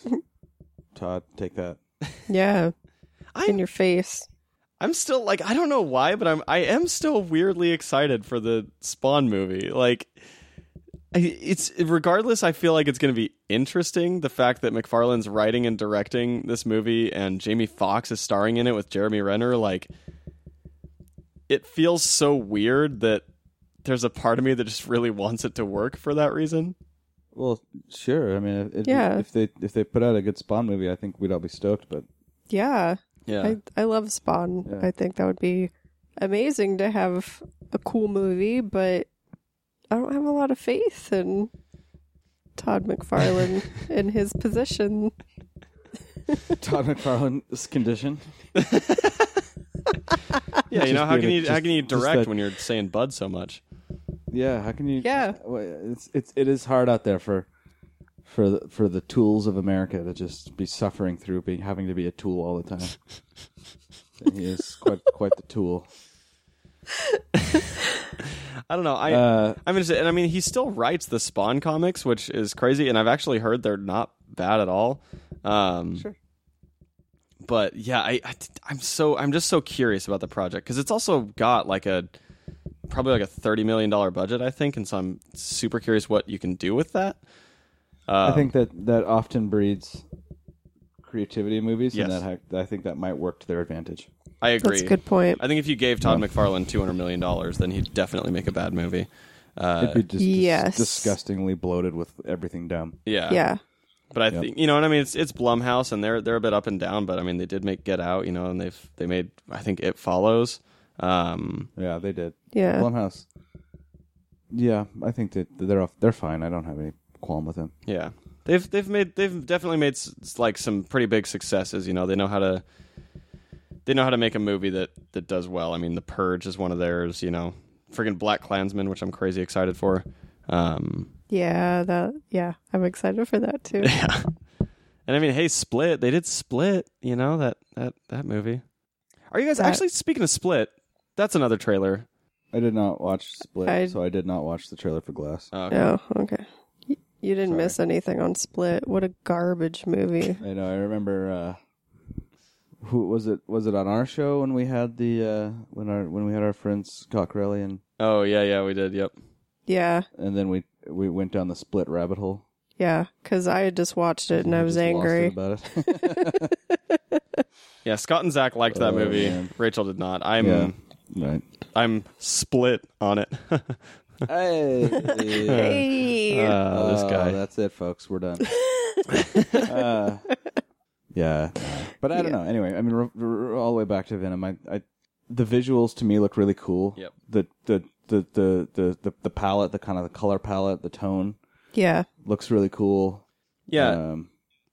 Speaker 2: Todd, take that.
Speaker 3: Yeah.
Speaker 1: I-
Speaker 3: in your face.
Speaker 1: I'm still like I don't know why, but I'm I am still weirdly excited for the Spawn movie. Like I- it's regardless, I feel like it's going to be interesting. The fact that McFarlane's writing and directing this movie, and Jamie Foxx is starring in it with Jeremy Renner, like it feels so weird that there's a part of me that just really wants it to work for that reason.
Speaker 2: Well, sure. I mean, if,
Speaker 3: Yeah.
Speaker 2: if they if they put out a good Spawn movie, I think we'd all be stoked. But
Speaker 3: Yeah.
Speaker 1: Yeah,
Speaker 3: I, I love Spawn.
Speaker 2: Yeah.
Speaker 3: I think that would be amazing to have a cool movie, but I don't have a lot of faith in Todd McFarlane in his position.
Speaker 2: Todd McFarlane's condition.
Speaker 1: yeah. You know
Speaker 2: Just
Speaker 1: how
Speaker 2: be
Speaker 1: can
Speaker 2: the-
Speaker 1: you how
Speaker 2: just-
Speaker 1: can you
Speaker 2: just
Speaker 1: direct
Speaker 2: that-
Speaker 1: when you're saying Bud so much?
Speaker 2: Yeah, how can you?
Speaker 3: Yeah.
Speaker 2: Well, it's it's it is hard out there for for the, for the tools of America to just be suffering through being having to be a tool all the time. he is quite quite the tool.
Speaker 1: I don't know. I
Speaker 2: Uh,
Speaker 1: I'm interested, and I mean, he still writes the Spawn comics, which is crazy. And I've actually heard they're not bad at all. Um,
Speaker 3: Sure.
Speaker 1: But yeah, I, I I'm so I'm just so curious about the project because it's also got like a probably like a thirty million dollar budget, I think, and so I'm super curious what you can do with that. Uh,
Speaker 2: I
Speaker 1: Um,
Speaker 2: think that that often breeds creativity in movies,
Speaker 1: Yes.
Speaker 2: and that ha- I think that might work to their advantage.
Speaker 1: I agree.
Speaker 3: That's a good point.
Speaker 1: I think if you gave Todd McFarlane two hundred million dollars, then he'd definitely make a bad movie.
Speaker 2: It'd be just dis-
Speaker 3: yes.
Speaker 2: disgustingly bloated with everything dumb.
Speaker 3: yeah.
Speaker 1: But I think you know, and I mean, it's it's Blumhouse, and they're they're a bit up and down. But I mean, they did make Get Out, you know, and they've they made I think It Follows. Um,
Speaker 2: Yeah, they did.
Speaker 3: Yeah.
Speaker 2: Blumhouse. Yeah, I think that they're off. They're fine. I don't have any qualm with them.
Speaker 1: yeah, they've they've made they've definitely made s- s- like some pretty big successes. You know, they know how to they know how to make a movie that that does well. I mean, The Purge is one of theirs. You know, friggin' Black Klansman, which I'm crazy excited for. Um,
Speaker 3: Yeah, that yeah, I'm excited for that too.
Speaker 1: yeah, and I mean, hey, Split, they did Split. You know that that that movie. Are you guys
Speaker 3: That-
Speaker 1: actually speaking of Split? That's another trailer.
Speaker 2: I did not watch Split,
Speaker 3: I-
Speaker 2: so I did not watch the trailer for Glass.
Speaker 1: Oh, okay.
Speaker 3: No, okay. You- You didn't
Speaker 2: Sorry.
Speaker 3: miss anything on Split. What a garbage movie.
Speaker 2: I know. I remember. Uh, who was it? Was it on our show when we had the uh, when our when we had our friends Cockrelly and
Speaker 1: Oh yeah, yeah, we did. Yep.
Speaker 3: Yeah,
Speaker 2: and then we we went down the Split rabbit hole.
Speaker 3: yeah. Because I had just watched it and I was
Speaker 2: Just lost it
Speaker 3: angry.
Speaker 2: about it.
Speaker 1: Uh, Yeah, Scott and Zach liked that
Speaker 2: Oh,
Speaker 1: movie.
Speaker 2: man.
Speaker 1: Rachel did not. I'm
Speaker 2: yeah.
Speaker 1: Mm,
Speaker 2: Right.
Speaker 1: I'm split on it. uh,
Speaker 2: Hey.
Speaker 3: Hey.
Speaker 1: this
Speaker 2: Oh,
Speaker 1: guy.
Speaker 2: That's it, folks. We're done. uh, yeah, but I don't know. Anyway, I mean, r- r- all the way back to Venom, I, I, the visuals to me look really cool.
Speaker 1: Yep.
Speaker 2: The the the the the the, the palette, the kind of the color palette, the tone
Speaker 3: yeah,
Speaker 2: looks really cool.
Speaker 1: yeah.
Speaker 2: Um,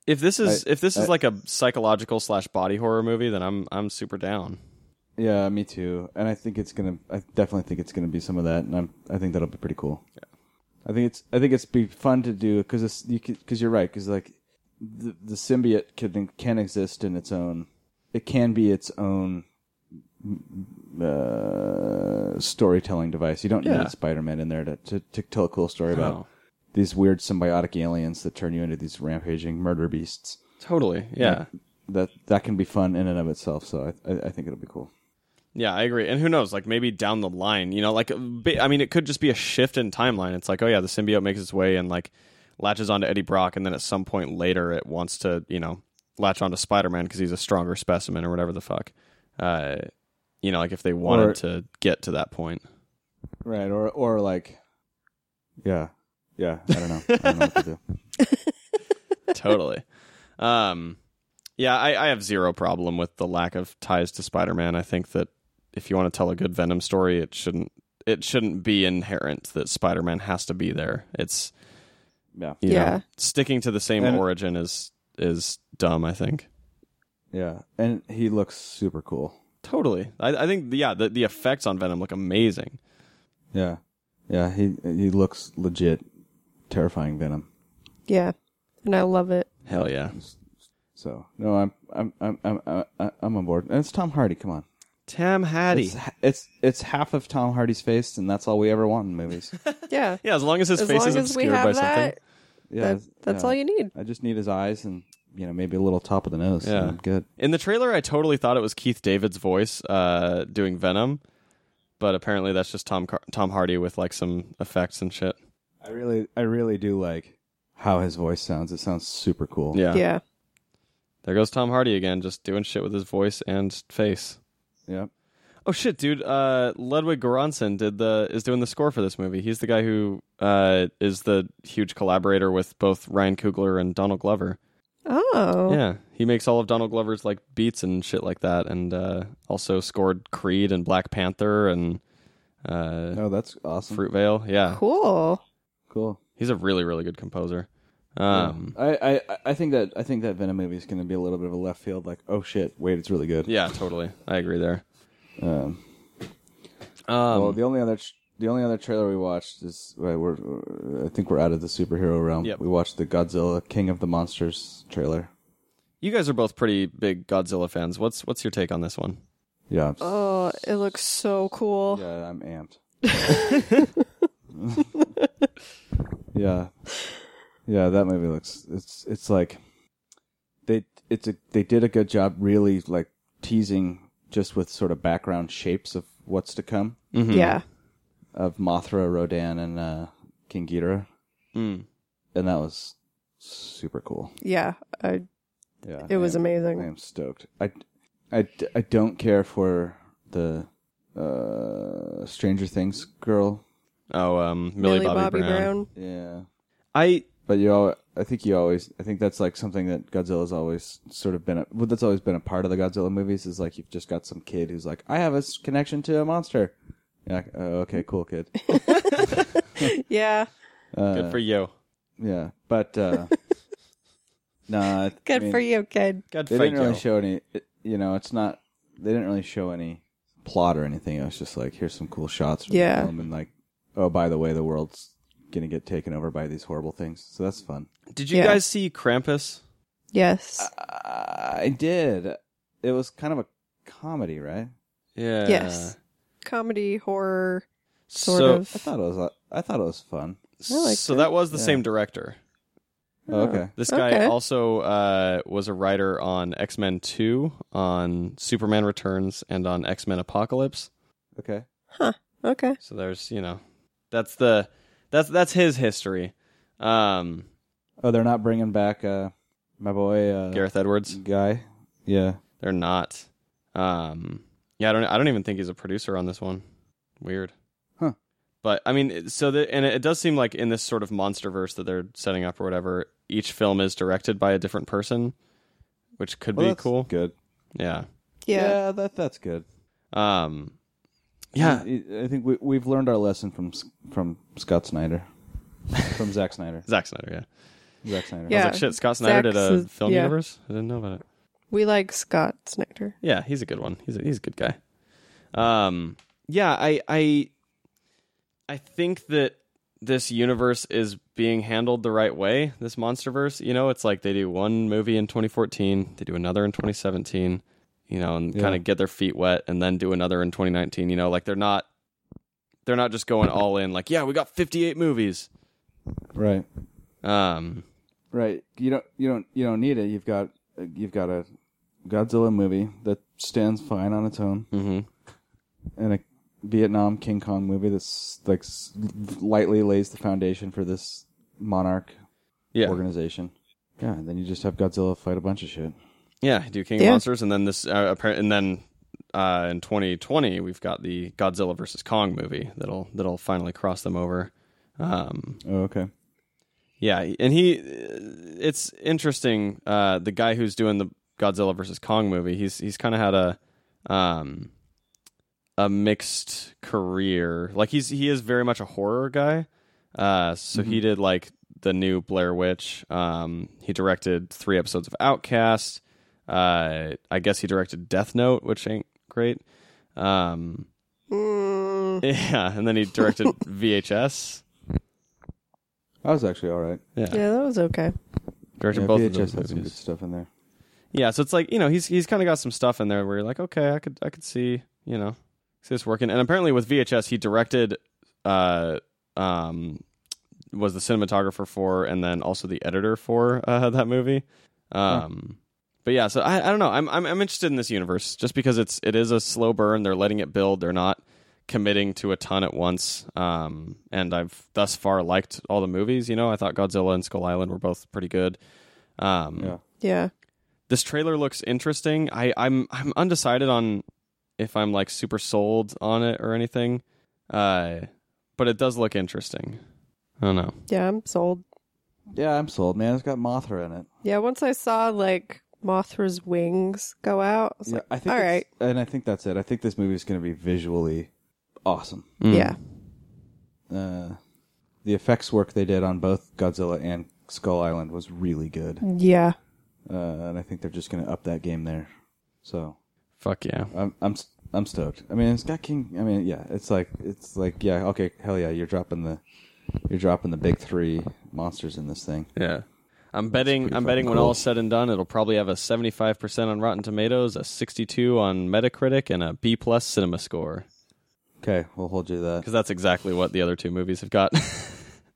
Speaker 1: if this is if this is like a psychological slash body horror movie, then I'm I'm super down.
Speaker 2: yeah, me too. And I think it's gonna. I definitely think it's gonna be some of that, and I'm. I think that'll be pretty cool. Yeah. I think it's. I think it's be fun to do because it's you because you're right because like the the symbiote can can exist in its own. It can be its own uh, storytelling device. You don't
Speaker 1: Yeah.
Speaker 2: need Spider-Man in there to, to to tell a cool story about
Speaker 1: No.
Speaker 2: these weird symbiotic aliens that turn you into these rampaging murder beasts.
Speaker 1: Totally. Yeah.
Speaker 2: That that can be fun in and of itself. So I I, I think it'll be cool.
Speaker 1: Yeah, I agree. And who knows? Like maybe down the line, you know, like ba- I mean, it could just be a shift in timeline. It's like, oh yeah, the symbiote makes its way and like latches onto Eddie Brock, and then at some point later, it wants to, you know, latch onto Spider Man because he's a stronger specimen or whatever the fuck. Uh, you know, like if they wanted
Speaker 2: Or-
Speaker 1: to get to that point.
Speaker 2: Right, or or like, yeah, yeah. I don't know. I don't know what to do.
Speaker 1: totally. Um, yeah, I, I have zero problem with the lack of ties to Spider-Man. I think that if you want to tell a good Venom story, it shouldn't it shouldn't be inherent that Spider-Man has to be there. It's
Speaker 2: Yeah,
Speaker 1: you
Speaker 3: Yeah.
Speaker 1: know, sticking to the same
Speaker 2: And-
Speaker 1: origin is is dumb. I think
Speaker 2: yeah. And he looks super cool.
Speaker 1: totally. I, I think yeah, the the effects on Venom look amazing.
Speaker 2: Yeah, yeah. He he looks legit, terrifying Venom.
Speaker 3: yeah, and I love it.
Speaker 1: Hell yeah,
Speaker 2: So no, I'm I'm I'm I'm I'm, I'm on board. And it's Tom Hardy. Come on,
Speaker 1: Tam Hattie.
Speaker 2: it's it's it's half of Tom Hardy's face, and that's all we ever want in movies.
Speaker 3: Yeah,
Speaker 1: Yeah, as long as his
Speaker 3: as
Speaker 1: face
Speaker 3: long
Speaker 1: is
Speaker 3: as we
Speaker 1: obscured by
Speaker 3: have
Speaker 1: something.
Speaker 3: that,
Speaker 2: Yeah,
Speaker 3: that that's all you need.
Speaker 2: I just need his eyes and you know, maybe a little top of the nose. and
Speaker 1: Yeah.
Speaker 2: I'm good.
Speaker 1: In the trailer, I totally thought it was Keith David's voice uh, doing Venom, but apparently that's just Tom Car- Tom Hardy with like some effects and shit.
Speaker 2: I really, I really do like how his voice sounds. It sounds super cool.
Speaker 1: Yeah.
Speaker 3: yeah.
Speaker 1: There goes Tom Hardy again, just doing shit with his voice and face.
Speaker 2: Yeah.
Speaker 1: Oh shit, dude! Uh, Ludwig Göransson did the is doing the score for this movie. He's the guy who uh, is the huge collaborator with both Ryan Coogler and Donald Glover.
Speaker 3: Oh.
Speaker 1: Yeah, he makes all of Donald Glover's like beats and shit like that, and uh, also scored Creed and Black Panther and uh,
Speaker 2: Oh, that's awesome.
Speaker 1: Fruitvale. Yeah,
Speaker 3: Cool.
Speaker 2: Cool.
Speaker 1: he's a really really good composer. Um,
Speaker 2: I, I, I- I think that I think that Venom movie is going to be a little bit of a left field. Like, oh shit, wait, it's really good.
Speaker 1: yeah. totally. I agree there.
Speaker 2: Um,
Speaker 1: Um,
Speaker 2: well, the only other tr- the only other trailer we watched is well, we're I think we're out of the superhero realm.
Speaker 1: Yep.
Speaker 2: We watched the Godzilla King of the Monsters trailer.
Speaker 1: you guys are both pretty big Godzilla fans. What's what's your take on this one?
Speaker 2: Yeah. I'm s-
Speaker 3: Oh, it looks so cool.
Speaker 2: Yeah, I'm amped. yeah, yeah, that movie looks. It's it's like they it's a they did a good job really like teasing just with sort of background shapes of what's to come
Speaker 1: Mm-hmm.
Speaker 3: Hmm. Yeah.
Speaker 2: of Mothra, Rodan, and uh, King Ghidorah,
Speaker 1: Mm.
Speaker 2: and that was super cool.
Speaker 3: Yeah. I,
Speaker 2: Yeah,
Speaker 3: it was
Speaker 2: I am- I
Speaker 3: amazing.
Speaker 2: am stoked. I, I, I don't care for the uh, Stranger Things girl.
Speaker 1: Oh, um, Millie, Bobby, Brown.
Speaker 2: Yeah.
Speaker 1: I
Speaker 2: But you, all, I think you always, I think that's like something that Godzilla's always sort of been, a, well, that's always been a part of the Godzilla movies is like you've just got some kid who's like, I have a s- connection to a monster. Yeah. like, Oh, okay, cool kid.
Speaker 3: Yeah.
Speaker 2: Uh,
Speaker 1: good for you.
Speaker 2: Yeah, but uh, nah. I
Speaker 3: Good
Speaker 2: mean,
Speaker 3: for you, kid.
Speaker 1: Good
Speaker 2: They
Speaker 1: for
Speaker 2: didn't really
Speaker 1: you.
Speaker 2: show any. It, you know, it's not. They didn't really show any plot or anything. It was just like, here's some cool shots from
Speaker 3: Yeah.
Speaker 2: the film, and like, oh, by the way, the world's gonna get taken over by these horrible things. So that's fun.
Speaker 1: Did you
Speaker 3: Yeah.
Speaker 1: guys see Krampus?
Speaker 3: Yes.
Speaker 2: I did. It was kind of a comedy, right?
Speaker 1: Yeah.
Speaker 3: Yes. Comedy, horror, sort
Speaker 1: so,
Speaker 2: I
Speaker 3: of.
Speaker 2: thought it was. I thought it was fun.
Speaker 3: I liked
Speaker 1: so
Speaker 3: it.
Speaker 1: that was the
Speaker 2: Yeah.
Speaker 1: same director.
Speaker 2: Oh, okay.
Speaker 1: This guy
Speaker 3: Okay.
Speaker 1: also uh, was a writer on X Men Two, on Superman Returns, and on X Men Apocalypse.
Speaker 2: Okay.
Speaker 3: Okay.
Speaker 1: So there's you know, that's the that's that's his history. Um,
Speaker 2: Oh, they're not bringing back uh, my boy uh,
Speaker 1: Gareth Edwards.
Speaker 2: guy. Yeah.
Speaker 1: They're not. Um, yeah, I don't. I don't even think he's a producer on this one. Weird.
Speaker 2: Huh.
Speaker 1: But I mean, it- so the, and it does seem like in this sort of monster verse that they're setting up or whatever, each film is directed by a different person, which could
Speaker 2: Well,
Speaker 1: be
Speaker 2: that's
Speaker 1: cool.
Speaker 2: Good.
Speaker 1: Yeah.
Speaker 3: Yeah.
Speaker 2: that that's good.
Speaker 1: Um. Yeah.
Speaker 2: I, I think we we've learned our lesson from S- from Scott Snyder, from Zack Snyder.
Speaker 1: Zack Snyder. Yeah.
Speaker 2: Zack Snyder.
Speaker 1: I
Speaker 3: Yeah.
Speaker 1: was like, shit. Scott Snyder
Speaker 3: Zack's
Speaker 1: did a
Speaker 3: is-
Speaker 1: film
Speaker 3: yeah.
Speaker 1: universe. I didn't know about it.
Speaker 3: We like Scott Snyder.
Speaker 1: Yeah, he's a good one. He's a, he's a good guy. Um, yeah, I I I think that this universe is being handled the right way. This MonsterVerse, you know, it's like they do one movie in 2014, they do another in 2017, you know, and
Speaker 2: Yeah.
Speaker 1: kind of get their feet wet, and then do another in 2019. You know, like they're not they're not just going all in. Like, yeah, we got 58 movies.
Speaker 2: Right.
Speaker 1: Um,
Speaker 2: Right. You don't you don't you don't need it. You've got you've got a Godzilla movie that stands fine on its own,
Speaker 1: mhm.
Speaker 2: and a Vietnam King Kong movie that's like s- lightly lays the foundation for this monarch
Speaker 1: yeah,
Speaker 2: organization. Yeah, and then you just have Godzilla fight a bunch of shit.
Speaker 1: Yeah, do King
Speaker 3: Yeah.
Speaker 1: of Monsters, and then this, uh, appar- and then uh, in 2020 we've got the Godzilla versus Kong movie that'll that'll finally cross them over. Um,
Speaker 2: Oh, okay.
Speaker 1: yeah, and he, it's interesting. Uh, the guy who's doing the Godzilla versus Kong movie, he's he's kind of had a, um, a mixed career. Like he's he is very much a horror guy. Uh, so
Speaker 2: Mm-hmm.
Speaker 1: he did like the new Blair Witch. Um, he directed three episodes of Outcast. Uh, I guess he directed Death Note, which ain't great. Um,
Speaker 3: Mm,
Speaker 1: yeah, and then he directed VHS.
Speaker 2: That was actually all right.
Speaker 1: Yeah,
Speaker 3: yeah, that was okay.
Speaker 1: directed
Speaker 2: Yeah,
Speaker 1: both of
Speaker 2: VHS
Speaker 1: those
Speaker 2: had some good
Speaker 1: movies.
Speaker 2: stuff in there.
Speaker 1: Yeah, so it's like you know he's he's kind of got some stuff in there where you're like, okay, I could I could see you know see this working. And apparently with VHS, he directed, uh, um, was the cinematographer for and then also the editor for uh, that movie. Um, But yeah, so I, I don't know. I'm, I'm I'm interested in this universe just because it's it is a slow burn. They're letting it build. They're not committing to a ton at once. Um, and I've thus far liked all the movies. You know, I thought Godzilla and Skull Island were both pretty good. Um,
Speaker 2: Yeah.
Speaker 3: Yeah.
Speaker 1: this trailer looks interesting. I, I'm I'm undecided on if I'm like super sold on it or anything. Uh, but it does look interesting. I don't know.
Speaker 3: Yeah, I'm sold.
Speaker 2: Yeah, I'm sold, man. It's got Mothra in it.
Speaker 3: Yeah, once I saw like Mothra's wings go out, I was
Speaker 2: Yeah,
Speaker 3: like,
Speaker 2: I think.
Speaker 3: all
Speaker 2: it's- and I think that's it. I think this movie is going to be visually awesome.
Speaker 1: Mm.
Speaker 3: yeah.
Speaker 2: Uh, the effects work they did on both Godzilla and Skull Island was really good,
Speaker 3: Yeah.
Speaker 2: uh, and I think they're just going to up that game there. So
Speaker 1: Fuck yeah.
Speaker 2: I'm I'm s- I'm stoked. I mean, it's got King. I mean, yeah, it's like it's like yeah, okay, hell yeah, you're dropping the you're dropping the big three monsters in this thing.
Speaker 1: Yeah. I'm betting.
Speaker 2: pretty
Speaker 1: I'm betting
Speaker 2: fucking
Speaker 1: when
Speaker 2: cool.
Speaker 1: all is said and done, it'll probably have a 75% on Rotten Tomatoes, a 62 on Metacritic, and a B plus Cinema Score.
Speaker 2: Okay, we'll hold you to that.
Speaker 1: Because that's exactly what the other two movies have got.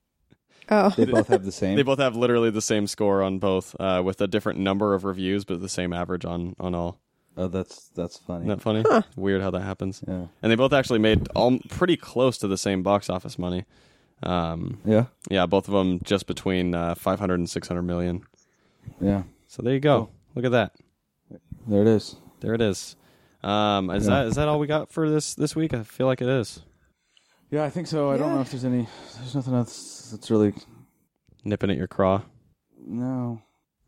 Speaker 3: Oh,
Speaker 2: They both have the same.
Speaker 1: they both have literally the same score on both, uh, with a different number of reviews, but the same average on on all.
Speaker 2: oh, that's that's funny.
Speaker 1: Isn't that funny? Weird how that happens.
Speaker 2: Yeah.
Speaker 1: And they both actually made all pretty close to the same box office money. Um,
Speaker 2: Yeah.
Speaker 1: yeah, both of them just between uh, 500 and 600 million.
Speaker 2: Yeah.
Speaker 1: So there you go. Look at that.
Speaker 2: There it is.
Speaker 1: There it is. Um, is
Speaker 2: Yeah.
Speaker 1: that is that all we got for this this week? I feel like it is.
Speaker 2: Yeah, I think so. I don't
Speaker 3: Yeah.
Speaker 2: know if there's any. There's nothing else that's really.
Speaker 1: Nipping at your craw.
Speaker 2: No,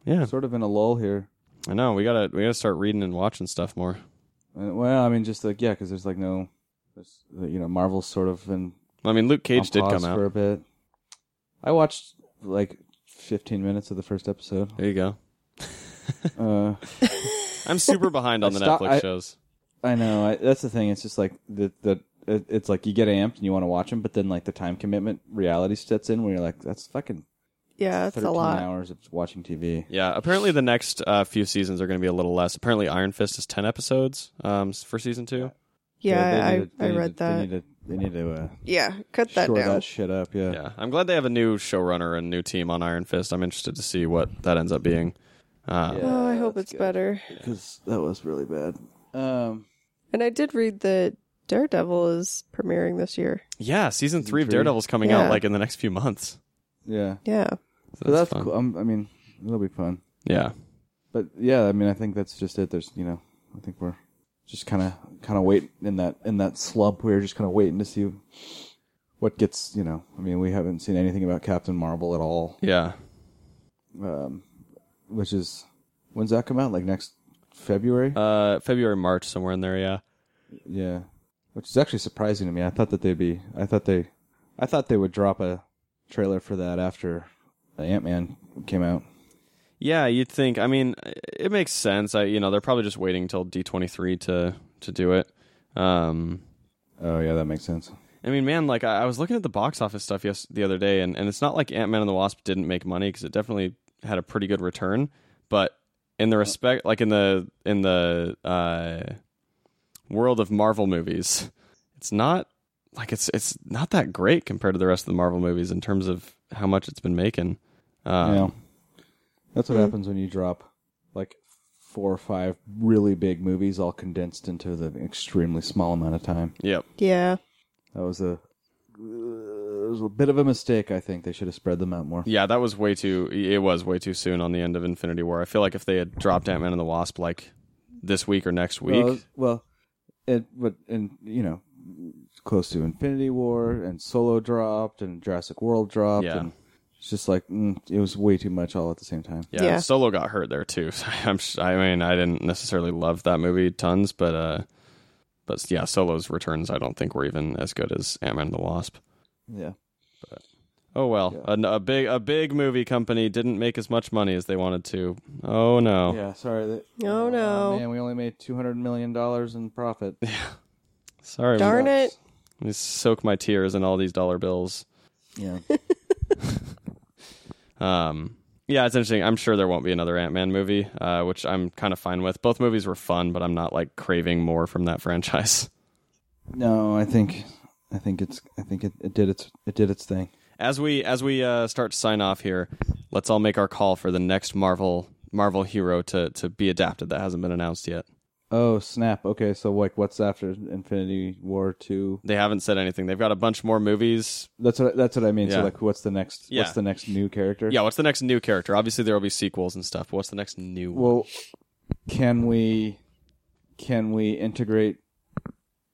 Speaker 1: Yeah,
Speaker 2: sort of in a lull here.
Speaker 1: I know. We gotta we gotta start reading and watching stuff more.
Speaker 2: Uh, Well, I mean, just like yeah, because there's like no, there's, you know, Marvel's sort of in
Speaker 1: I mean, Luke
Speaker 2: on
Speaker 1: Cage did
Speaker 2: pause
Speaker 1: come out.
Speaker 2: for a bit. I watched like 15 minutes of the first episode.
Speaker 1: There you go.
Speaker 2: uh,
Speaker 1: I'm super behind on the
Speaker 2: Stop-
Speaker 1: Netflix
Speaker 2: I-
Speaker 1: shows.
Speaker 2: I know I, that's the thing. It's just like the the it, it's like you get amped and you want to watch them, but then like the time commitment reality sets in where you're like, that's fucking
Speaker 3: yeah, that's
Speaker 2: 13
Speaker 3: a lot.
Speaker 2: hours of watching TV.
Speaker 1: Yeah, apparently the next uh, few seasons are going to be a little less. Apparently, Iron Fist is ten episodes um, s- for season two.
Speaker 3: Yeah,
Speaker 2: they
Speaker 3: I,
Speaker 2: need to-
Speaker 3: I
Speaker 2: they need
Speaker 3: read
Speaker 2: to-
Speaker 3: that.
Speaker 2: They need to, they need to uh,
Speaker 3: yeah, cut that
Speaker 2: shore
Speaker 3: down.
Speaker 2: that shit up. Yeah.
Speaker 1: Yeah, I'm glad they have a new showrunner and new team on Iron Fist. I'm interested to see what that ends up being. Uh,
Speaker 2: Yeah.
Speaker 3: oh, I hope
Speaker 2: that's
Speaker 3: it's
Speaker 2: good.
Speaker 3: better.
Speaker 2: because that was really bad. Um,
Speaker 3: And I did read that Daredevil is premiering this year.
Speaker 1: yeah, season three of
Speaker 2: three.
Speaker 1: Daredevil's coming
Speaker 3: Yeah.
Speaker 1: out like in the next few months.
Speaker 2: yeah,
Speaker 3: Yeah.
Speaker 1: So
Speaker 2: so that's,
Speaker 1: fun.
Speaker 2: cool. Um, I mean, it'll be fun.
Speaker 1: Yeah,
Speaker 2: But yeah, I mean, I think that's just it. There's, you know, I think we're just kind of kind of waiting in that in that slump. We're just kind of waiting to see what gets. You know, I mean, we haven't seen anything about Captain Marvel at all,
Speaker 1: yeah.
Speaker 2: um, which is when's that come out? Like next February?
Speaker 1: Uh, February, March, somewhere in there. Yeah,
Speaker 2: yeah, which is actually surprising to me. I thought that they'd be. I thought they, I thought they would drop a trailer for that after Ant Man came out.
Speaker 1: yeah. You'd think. I mean, it makes sense. I, you know, they're probably just waiting till D23 to to do it. Um,
Speaker 2: Oh yeah, that makes sense.
Speaker 1: I mean, man, like I, I was looking at the box office stuff yes the other day, and, and it's not like Ant Man and the Wasp didn't make money because it definitely had a pretty good return. But in the respect, like in the in the uh, world of Marvel movies, it's not like it's it's not that great compared to the rest of the Marvel movies in terms of how much it's been making. Um,
Speaker 2: yeah, that's what happens when you drop like four or five really big movies all condensed into the extremely small amount of time.
Speaker 1: Yep.
Speaker 3: Yeah.
Speaker 2: That was a uh, it was a bit of a mistake. I think they should have spread them out more.
Speaker 1: Yeah, that was way too. It was way too soon on the end of Infinity War. I feel like if they had dropped Ant Man and the Wasp like this week or next week,
Speaker 2: Well, well, it but and you know, close to Infinity War and Solo dropped and Jurassic World dropped.
Speaker 1: Yeah.
Speaker 2: And it's just like mm, it was way too much all at the same time.
Speaker 1: Yeah,
Speaker 3: Yeah.
Speaker 1: Solo got hurt there too. I'm, sh- I mean, I didn't necessarily love that movie tons, but uh, but yeah, Solo's returns I don't think were even as good as Ant Man and the Wasp.
Speaker 2: Yeah.
Speaker 1: Oh well,
Speaker 2: Yeah.
Speaker 1: An- a, big a big movie company didn't make as much money as they wanted to. Oh no,
Speaker 2: Yeah. Sorry. That,
Speaker 3: Oh, no.
Speaker 2: Man, we only made two hundred million dollars in profit.
Speaker 1: sorry.
Speaker 3: Darn
Speaker 1: Let
Speaker 3: it.
Speaker 1: me soak my tears in all these dollar bills.
Speaker 2: Yeah.
Speaker 1: Um, yeah, it's interesting. I'm sure there won't be another Ant Man movie, uh, which I'm kind of fine with. Both movies were fun, but I'm not like craving more from that franchise.
Speaker 2: No, I think I think it's I think it, it did its it did its thing.
Speaker 1: As we as we uh, start to sign off here, let's all make our call for the next Marvel Marvel hero to to be adapted that hasn't been announced yet.
Speaker 2: Oh snap! Okay, so like, what's after Infinity War two?
Speaker 1: They haven't said anything. They've got a bunch more movies.
Speaker 2: That's what that's what I mean.
Speaker 1: Yeah.
Speaker 2: So like, what's the next?
Speaker 1: Yeah.
Speaker 2: What's the next new character?
Speaker 1: Yeah, what's the next new character? Obviously, there will be sequels and stuff. But what's the next new? one?
Speaker 2: Well, can we can we integrate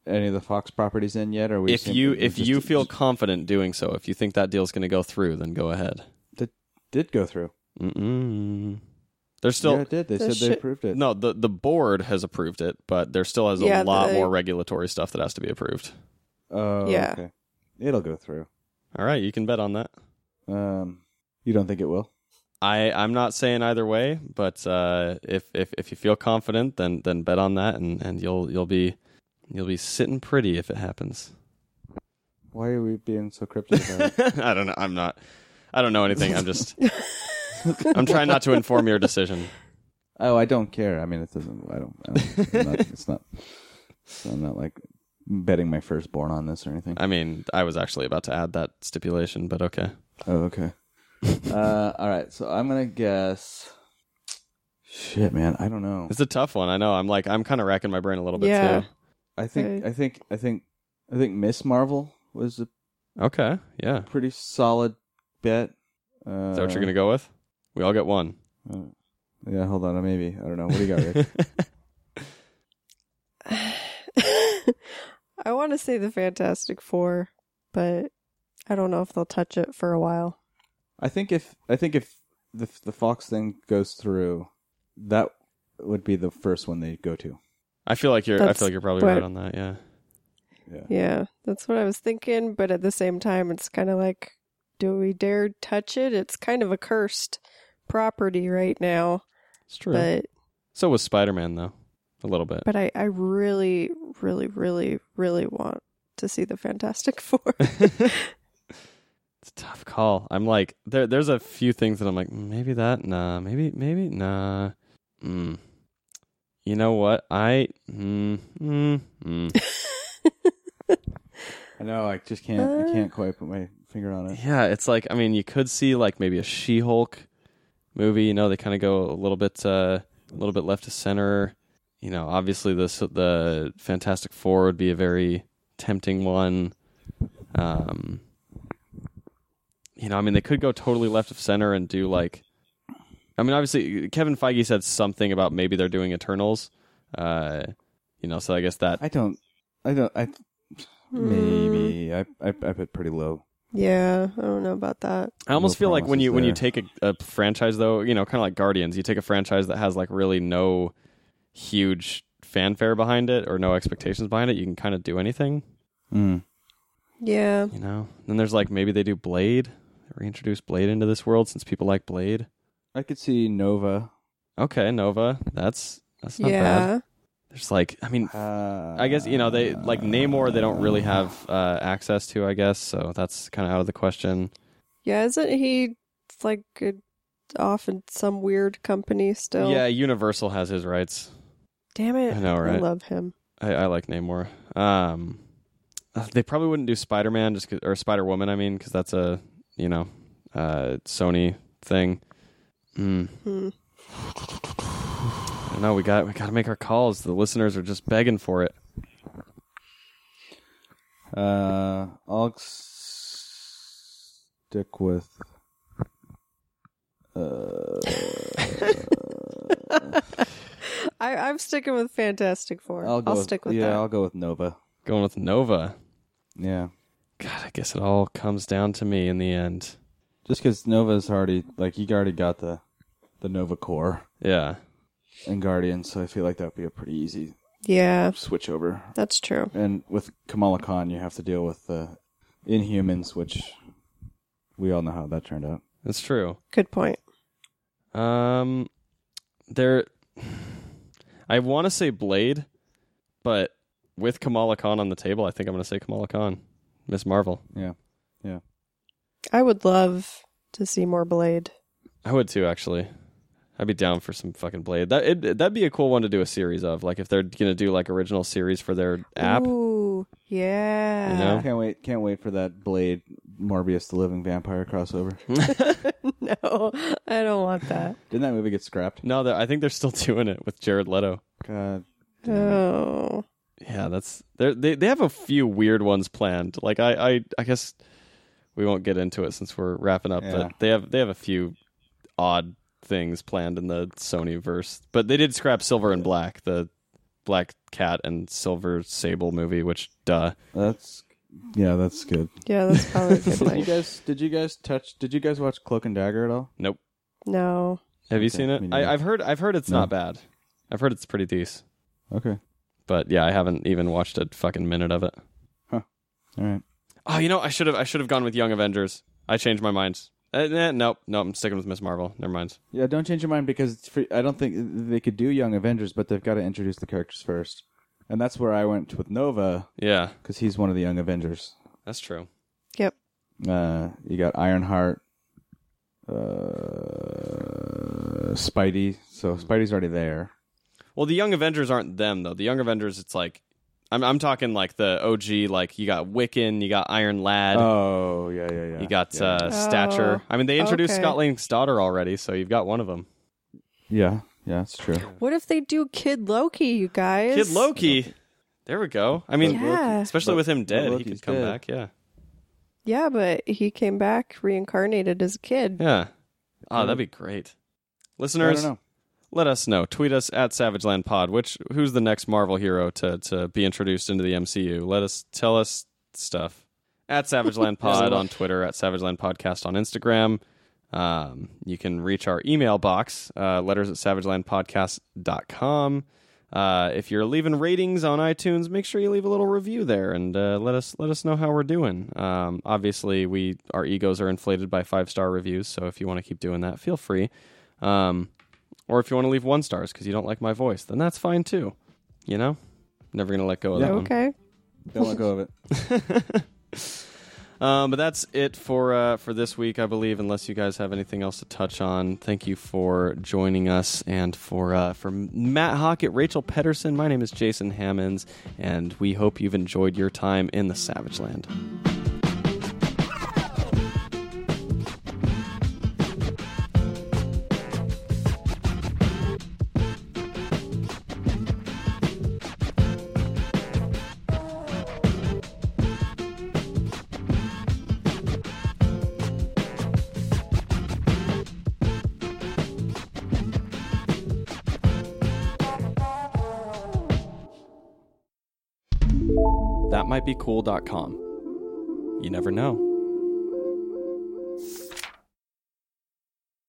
Speaker 2: any of the Fox properties in yet? Or we
Speaker 1: if
Speaker 2: seem-
Speaker 1: you
Speaker 2: we
Speaker 1: if
Speaker 2: just-
Speaker 1: you feel confident doing so, if you think that deal's going to go through, then go ahead.
Speaker 2: did go through,
Speaker 1: Mm-mm. There's
Speaker 2: yeah,
Speaker 1: still
Speaker 2: it did. They
Speaker 3: The
Speaker 2: said they
Speaker 3: shit-
Speaker 2: approved it.
Speaker 1: no the the board has approved it, but there still has a
Speaker 3: Yeah,
Speaker 1: lot
Speaker 3: the-
Speaker 1: more regulatory stuff that has to be approved.
Speaker 2: Oh,
Speaker 3: Yeah.
Speaker 2: okay. It'll go through.
Speaker 1: All right, you can bet on that.
Speaker 2: Um, you don't think it will?
Speaker 1: I I'm not saying either way, but uh, if if if you feel confident, then then bet on that, and and you'll you'll be you'll be sitting pretty if it happens.
Speaker 2: Why are we being so cryptic about it?
Speaker 1: I don't know. I'm not. I don't know anything. I'm just. I'm trying not to inform your decision.
Speaker 2: Oh, I don't care. I mean, it doesn't. I don't. I don't I'm not, it's not. so I'm not like betting my firstborn on this or anything.
Speaker 1: I mean, I was actually about to add that stipulation, but okay.
Speaker 2: Oh, okay. uh, all right. So I'm gonna guess. Shit, man. I don't know.
Speaker 1: It's a tough one. I know. I'm like I'm kind of racking my brain a little bit
Speaker 3: Yeah.
Speaker 1: too.
Speaker 2: I think.
Speaker 3: Okay.
Speaker 2: I think. I think. I think Miss Marvel was a
Speaker 1: Okay. Yeah.
Speaker 2: pretty solid bet. Uh,
Speaker 1: Is that what you're gonna go with? We all get one.
Speaker 2: Yeah. Hold on. Maybe. I don't know. What do you got, Rick?
Speaker 3: I want to say the Fantastic Four, but I don't know if they'll touch it for a while.
Speaker 2: I think if I think if the the Fox thing goes through, that would be the first one they go to.
Speaker 1: I feel like you're. I
Speaker 3: That's
Speaker 1: feel like you're probably
Speaker 3: what-
Speaker 1: right on that. Yeah.
Speaker 3: Yeah, that's what I was thinking, but at the same time, it's kind of like, do we dare touch it? It's kind of a cursed property right now,
Speaker 1: It's true.
Speaker 3: but
Speaker 1: so was Spider-Man though, a little bit.
Speaker 3: but I I really really really really want to see the Fantastic Four.
Speaker 1: it's a tough call. I'm like there. There's a few things that I'm like "Mm, maybe that nah maybe maybe nah. Mm. You know what I mm, mm, mm.
Speaker 2: I know. I just can't.
Speaker 3: Uh.
Speaker 2: I can't quite put my finger on it.
Speaker 1: yeah. It's like I mean you could see like maybe a She-Hulk movie. You know they kind of go a little bit uh, a little bit left to center. You know obviously this the Fantastic Four would be a very tempting one. Um, you know, I mean, they could go totally left of center and do like, I mean, obviously Kevin Feige said something about maybe they're doing Eternals, uh, you know, so I guess that
Speaker 2: I don't. I don't. I maybe. I,
Speaker 3: Hmm.
Speaker 2: I I put pretty low.
Speaker 3: Yeah, I don't know about that.
Speaker 1: I almost
Speaker 2: No
Speaker 1: feel like when
Speaker 2: promises
Speaker 1: you when you
Speaker 2: there.
Speaker 1: take a, a franchise though, you know, kind of like Guardians, you take a franchise that has like really no huge fanfare behind it or no expectations behind it, you can kind of do anything,
Speaker 2: Mm.
Speaker 3: Yeah,
Speaker 1: you know. Then there's like maybe they do Blade, reintroduce Blade into this world since people like Blade.
Speaker 2: I could see Nova.
Speaker 1: Okay, Nova, that's that's not bad.
Speaker 3: yeah.
Speaker 1: There's like, I mean,
Speaker 2: Uh,
Speaker 1: I guess you know they like Namor. They don't really have uh, access to, I guess. So that's kind of out of the question.
Speaker 3: Yeah, isn't he like good off in some weird company still?
Speaker 1: Yeah, Universal has his rights.
Speaker 3: Damn it.
Speaker 1: I know, right?
Speaker 3: I love him.
Speaker 1: I, I like Namor. Um, uh, they probably wouldn't do Spider Man just 'cause- or Spider Woman. I mean, because that's a you know uh, Sony thing. Mm.
Speaker 3: Hmm.
Speaker 1: I don't know. We got we got to make our calls. The listeners are just begging for it.
Speaker 2: Uh, I'll s- stick with. Uh,
Speaker 3: I, I'm sticking with Fantastic 4
Speaker 2: I'll, go with,
Speaker 3: stick with
Speaker 2: yeah,
Speaker 3: that.
Speaker 2: I'll go with Nova.
Speaker 1: Going with Nova.
Speaker 2: Yeah,
Speaker 1: God, I guess it all comes down to me in the end.
Speaker 2: just because Nova's already like you already got the the Nova core
Speaker 1: Yeah.
Speaker 2: and Guardian, so I feel like that would be a pretty easy
Speaker 3: Yeah,
Speaker 2: switch over.
Speaker 3: that's true.
Speaker 2: And with Kamala Khan, you have to deal with the Inhumans, which we all know how that turned out.
Speaker 1: That's true.
Speaker 3: Good point.
Speaker 1: Um, there. I want to say Blade, but with Kamala Khan on the table, I think I'm going to say Kamala Khan, Miss Marvel.
Speaker 3: I would love to see more Blade.
Speaker 1: I would too, actually. I'd be down for some fucking Blade. That it, that'd be a cool one to do a series of. Like if they're going to do like original series for their app.
Speaker 3: Ooh, yeah.
Speaker 1: You know?
Speaker 2: Can't wait! Can't wait for that Blade Morbius the Living Vampire crossover.
Speaker 3: No, I don't want that.
Speaker 2: Didn't that movie get scrapped?
Speaker 1: No, they're- I think they're still doing it with Jared Leto.
Speaker 2: God.
Speaker 3: Oh.
Speaker 1: Yeah, that's they're, they. They have a few weird ones planned. Like I, I, I guess we won't get into it since we're wrapping up.
Speaker 2: Yeah.
Speaker 1: But they have they have a few odd things planned in the Sony verse. But they did scrap Silver and Black, the Black Cat and Silver Sable movie. Which, duh,
Speaker 2: That's yeah, that's good.
Speaker 3: Yeah, that's probably a good
Speaker 2: did you
Speaker 3: one.
Speaker 2: guys did you guys touch did you guys watch Cloak and Dagger at all?
Speaker 1: nope.
Speaker 3: No.
Speaker 1: Have you
Speaker 2: Okay,
Speaker 1: seen it?
Speaker 2: me neither.
Speaker 1: I, I've heard. I've heard it's
Speaker 2: No.
Speaker 1: not bad. I've heard it's pretty decent.
Speaker 2: Okay.
Speaker 1: But yeah, I haven't even watched a fucking minute of it.
Speaker 2: All right.
Speaker 1: Oh, you know, I should have. I should have gone with Young Avengers. I changed my mind. Uh, nah, nope, nope. I'm sticking with Miss Marvel. Never mind.
Speaker 2: Yeah, don't change your mind because it's free, I don't think they could do Young Avengers, but they've got to introduce the characters first. And that's where I went with Nova
Speaker 1: Yeah,
Speaker 2: because he's one of the Young Avengers.
Speaker 1: that's true.
Speaker 3: Yep.
Speaker 2: Uh, you got Ironheart, uh, Spidey. So Spidey's already there.
Speaker 1: Well, the Young Avengers aren't them though. The Young Avengers, it's like, I'm I'm talking like the OG. Like you got Wiccan, you got Iron Lad,
Speaker 2: Oh yeah, yeah, yeah.
Speaker 1: you got
Speaker 2: yeah.
Speaker 1: uh,
Speaker 3: Oh,
Speaker 1: Stature. I mean, they introduced
Speaker 3: okay.
Speaker 1: Scott Lang's daughter already, so you've got one of them.
Speaker 2: yeah, yeah. That's true.
Speaker 3: What if they do Kid Loki, you guys?
Speaker 1: Kid Loki. There we go. I mean,
Speaker 3: But Loki- Yeah.
Speaker 1: especially
Speaker 2: but-
Speaker 1: with him
Speaker 2: but
Speaker 1: dead, he
Speaker 2: Loki's
Speaker 1: could come
Speaker 2: dead.
Speaker 1: back. Yeah,
Speaker 3: Yeah, but he came back reincarnated as a kid.
Speaker 1: yeah. Oh, Ah, that'd be great.
Speaker 2: I
Speaker 1: Listeners,
Speaker 2: don't know.
Speaker 1: let us know. Tweet us at SavageLand Pod. Which who's the next Marvel hero to to be introduced into the MCU? Let us tell us stuff at SavageLand Pod on Twitter, at SavageLand Podcast on Instagram. Um, you can reach our email box, uh, letters at savagelandpodcast.com. Uh, if you're leaving ratings on iTunes, make sure you leave a little review there and uh, let us let us know how we're doing. Um, obviously, we our egos are inflated by five star reviews, so if you want to keep doing that, feel free. Um, or if you want to leave one stars because you don't like my voice, then that's fine too. You know, never gonna let go of that one.
Speaker 3: Okay.
Speaker 2: Don't let go of it.
Speaker 1: Um, but that's it for uh, for this week, I believe. Unless you guys have anything else to touch on, thank you for joining us and for uh, for Matt Hockett, Rachel Pedersen. My name is Jason Hammonds, and we hope you've enjoyed your time in the Savage Land. That might be cool.com. You never know.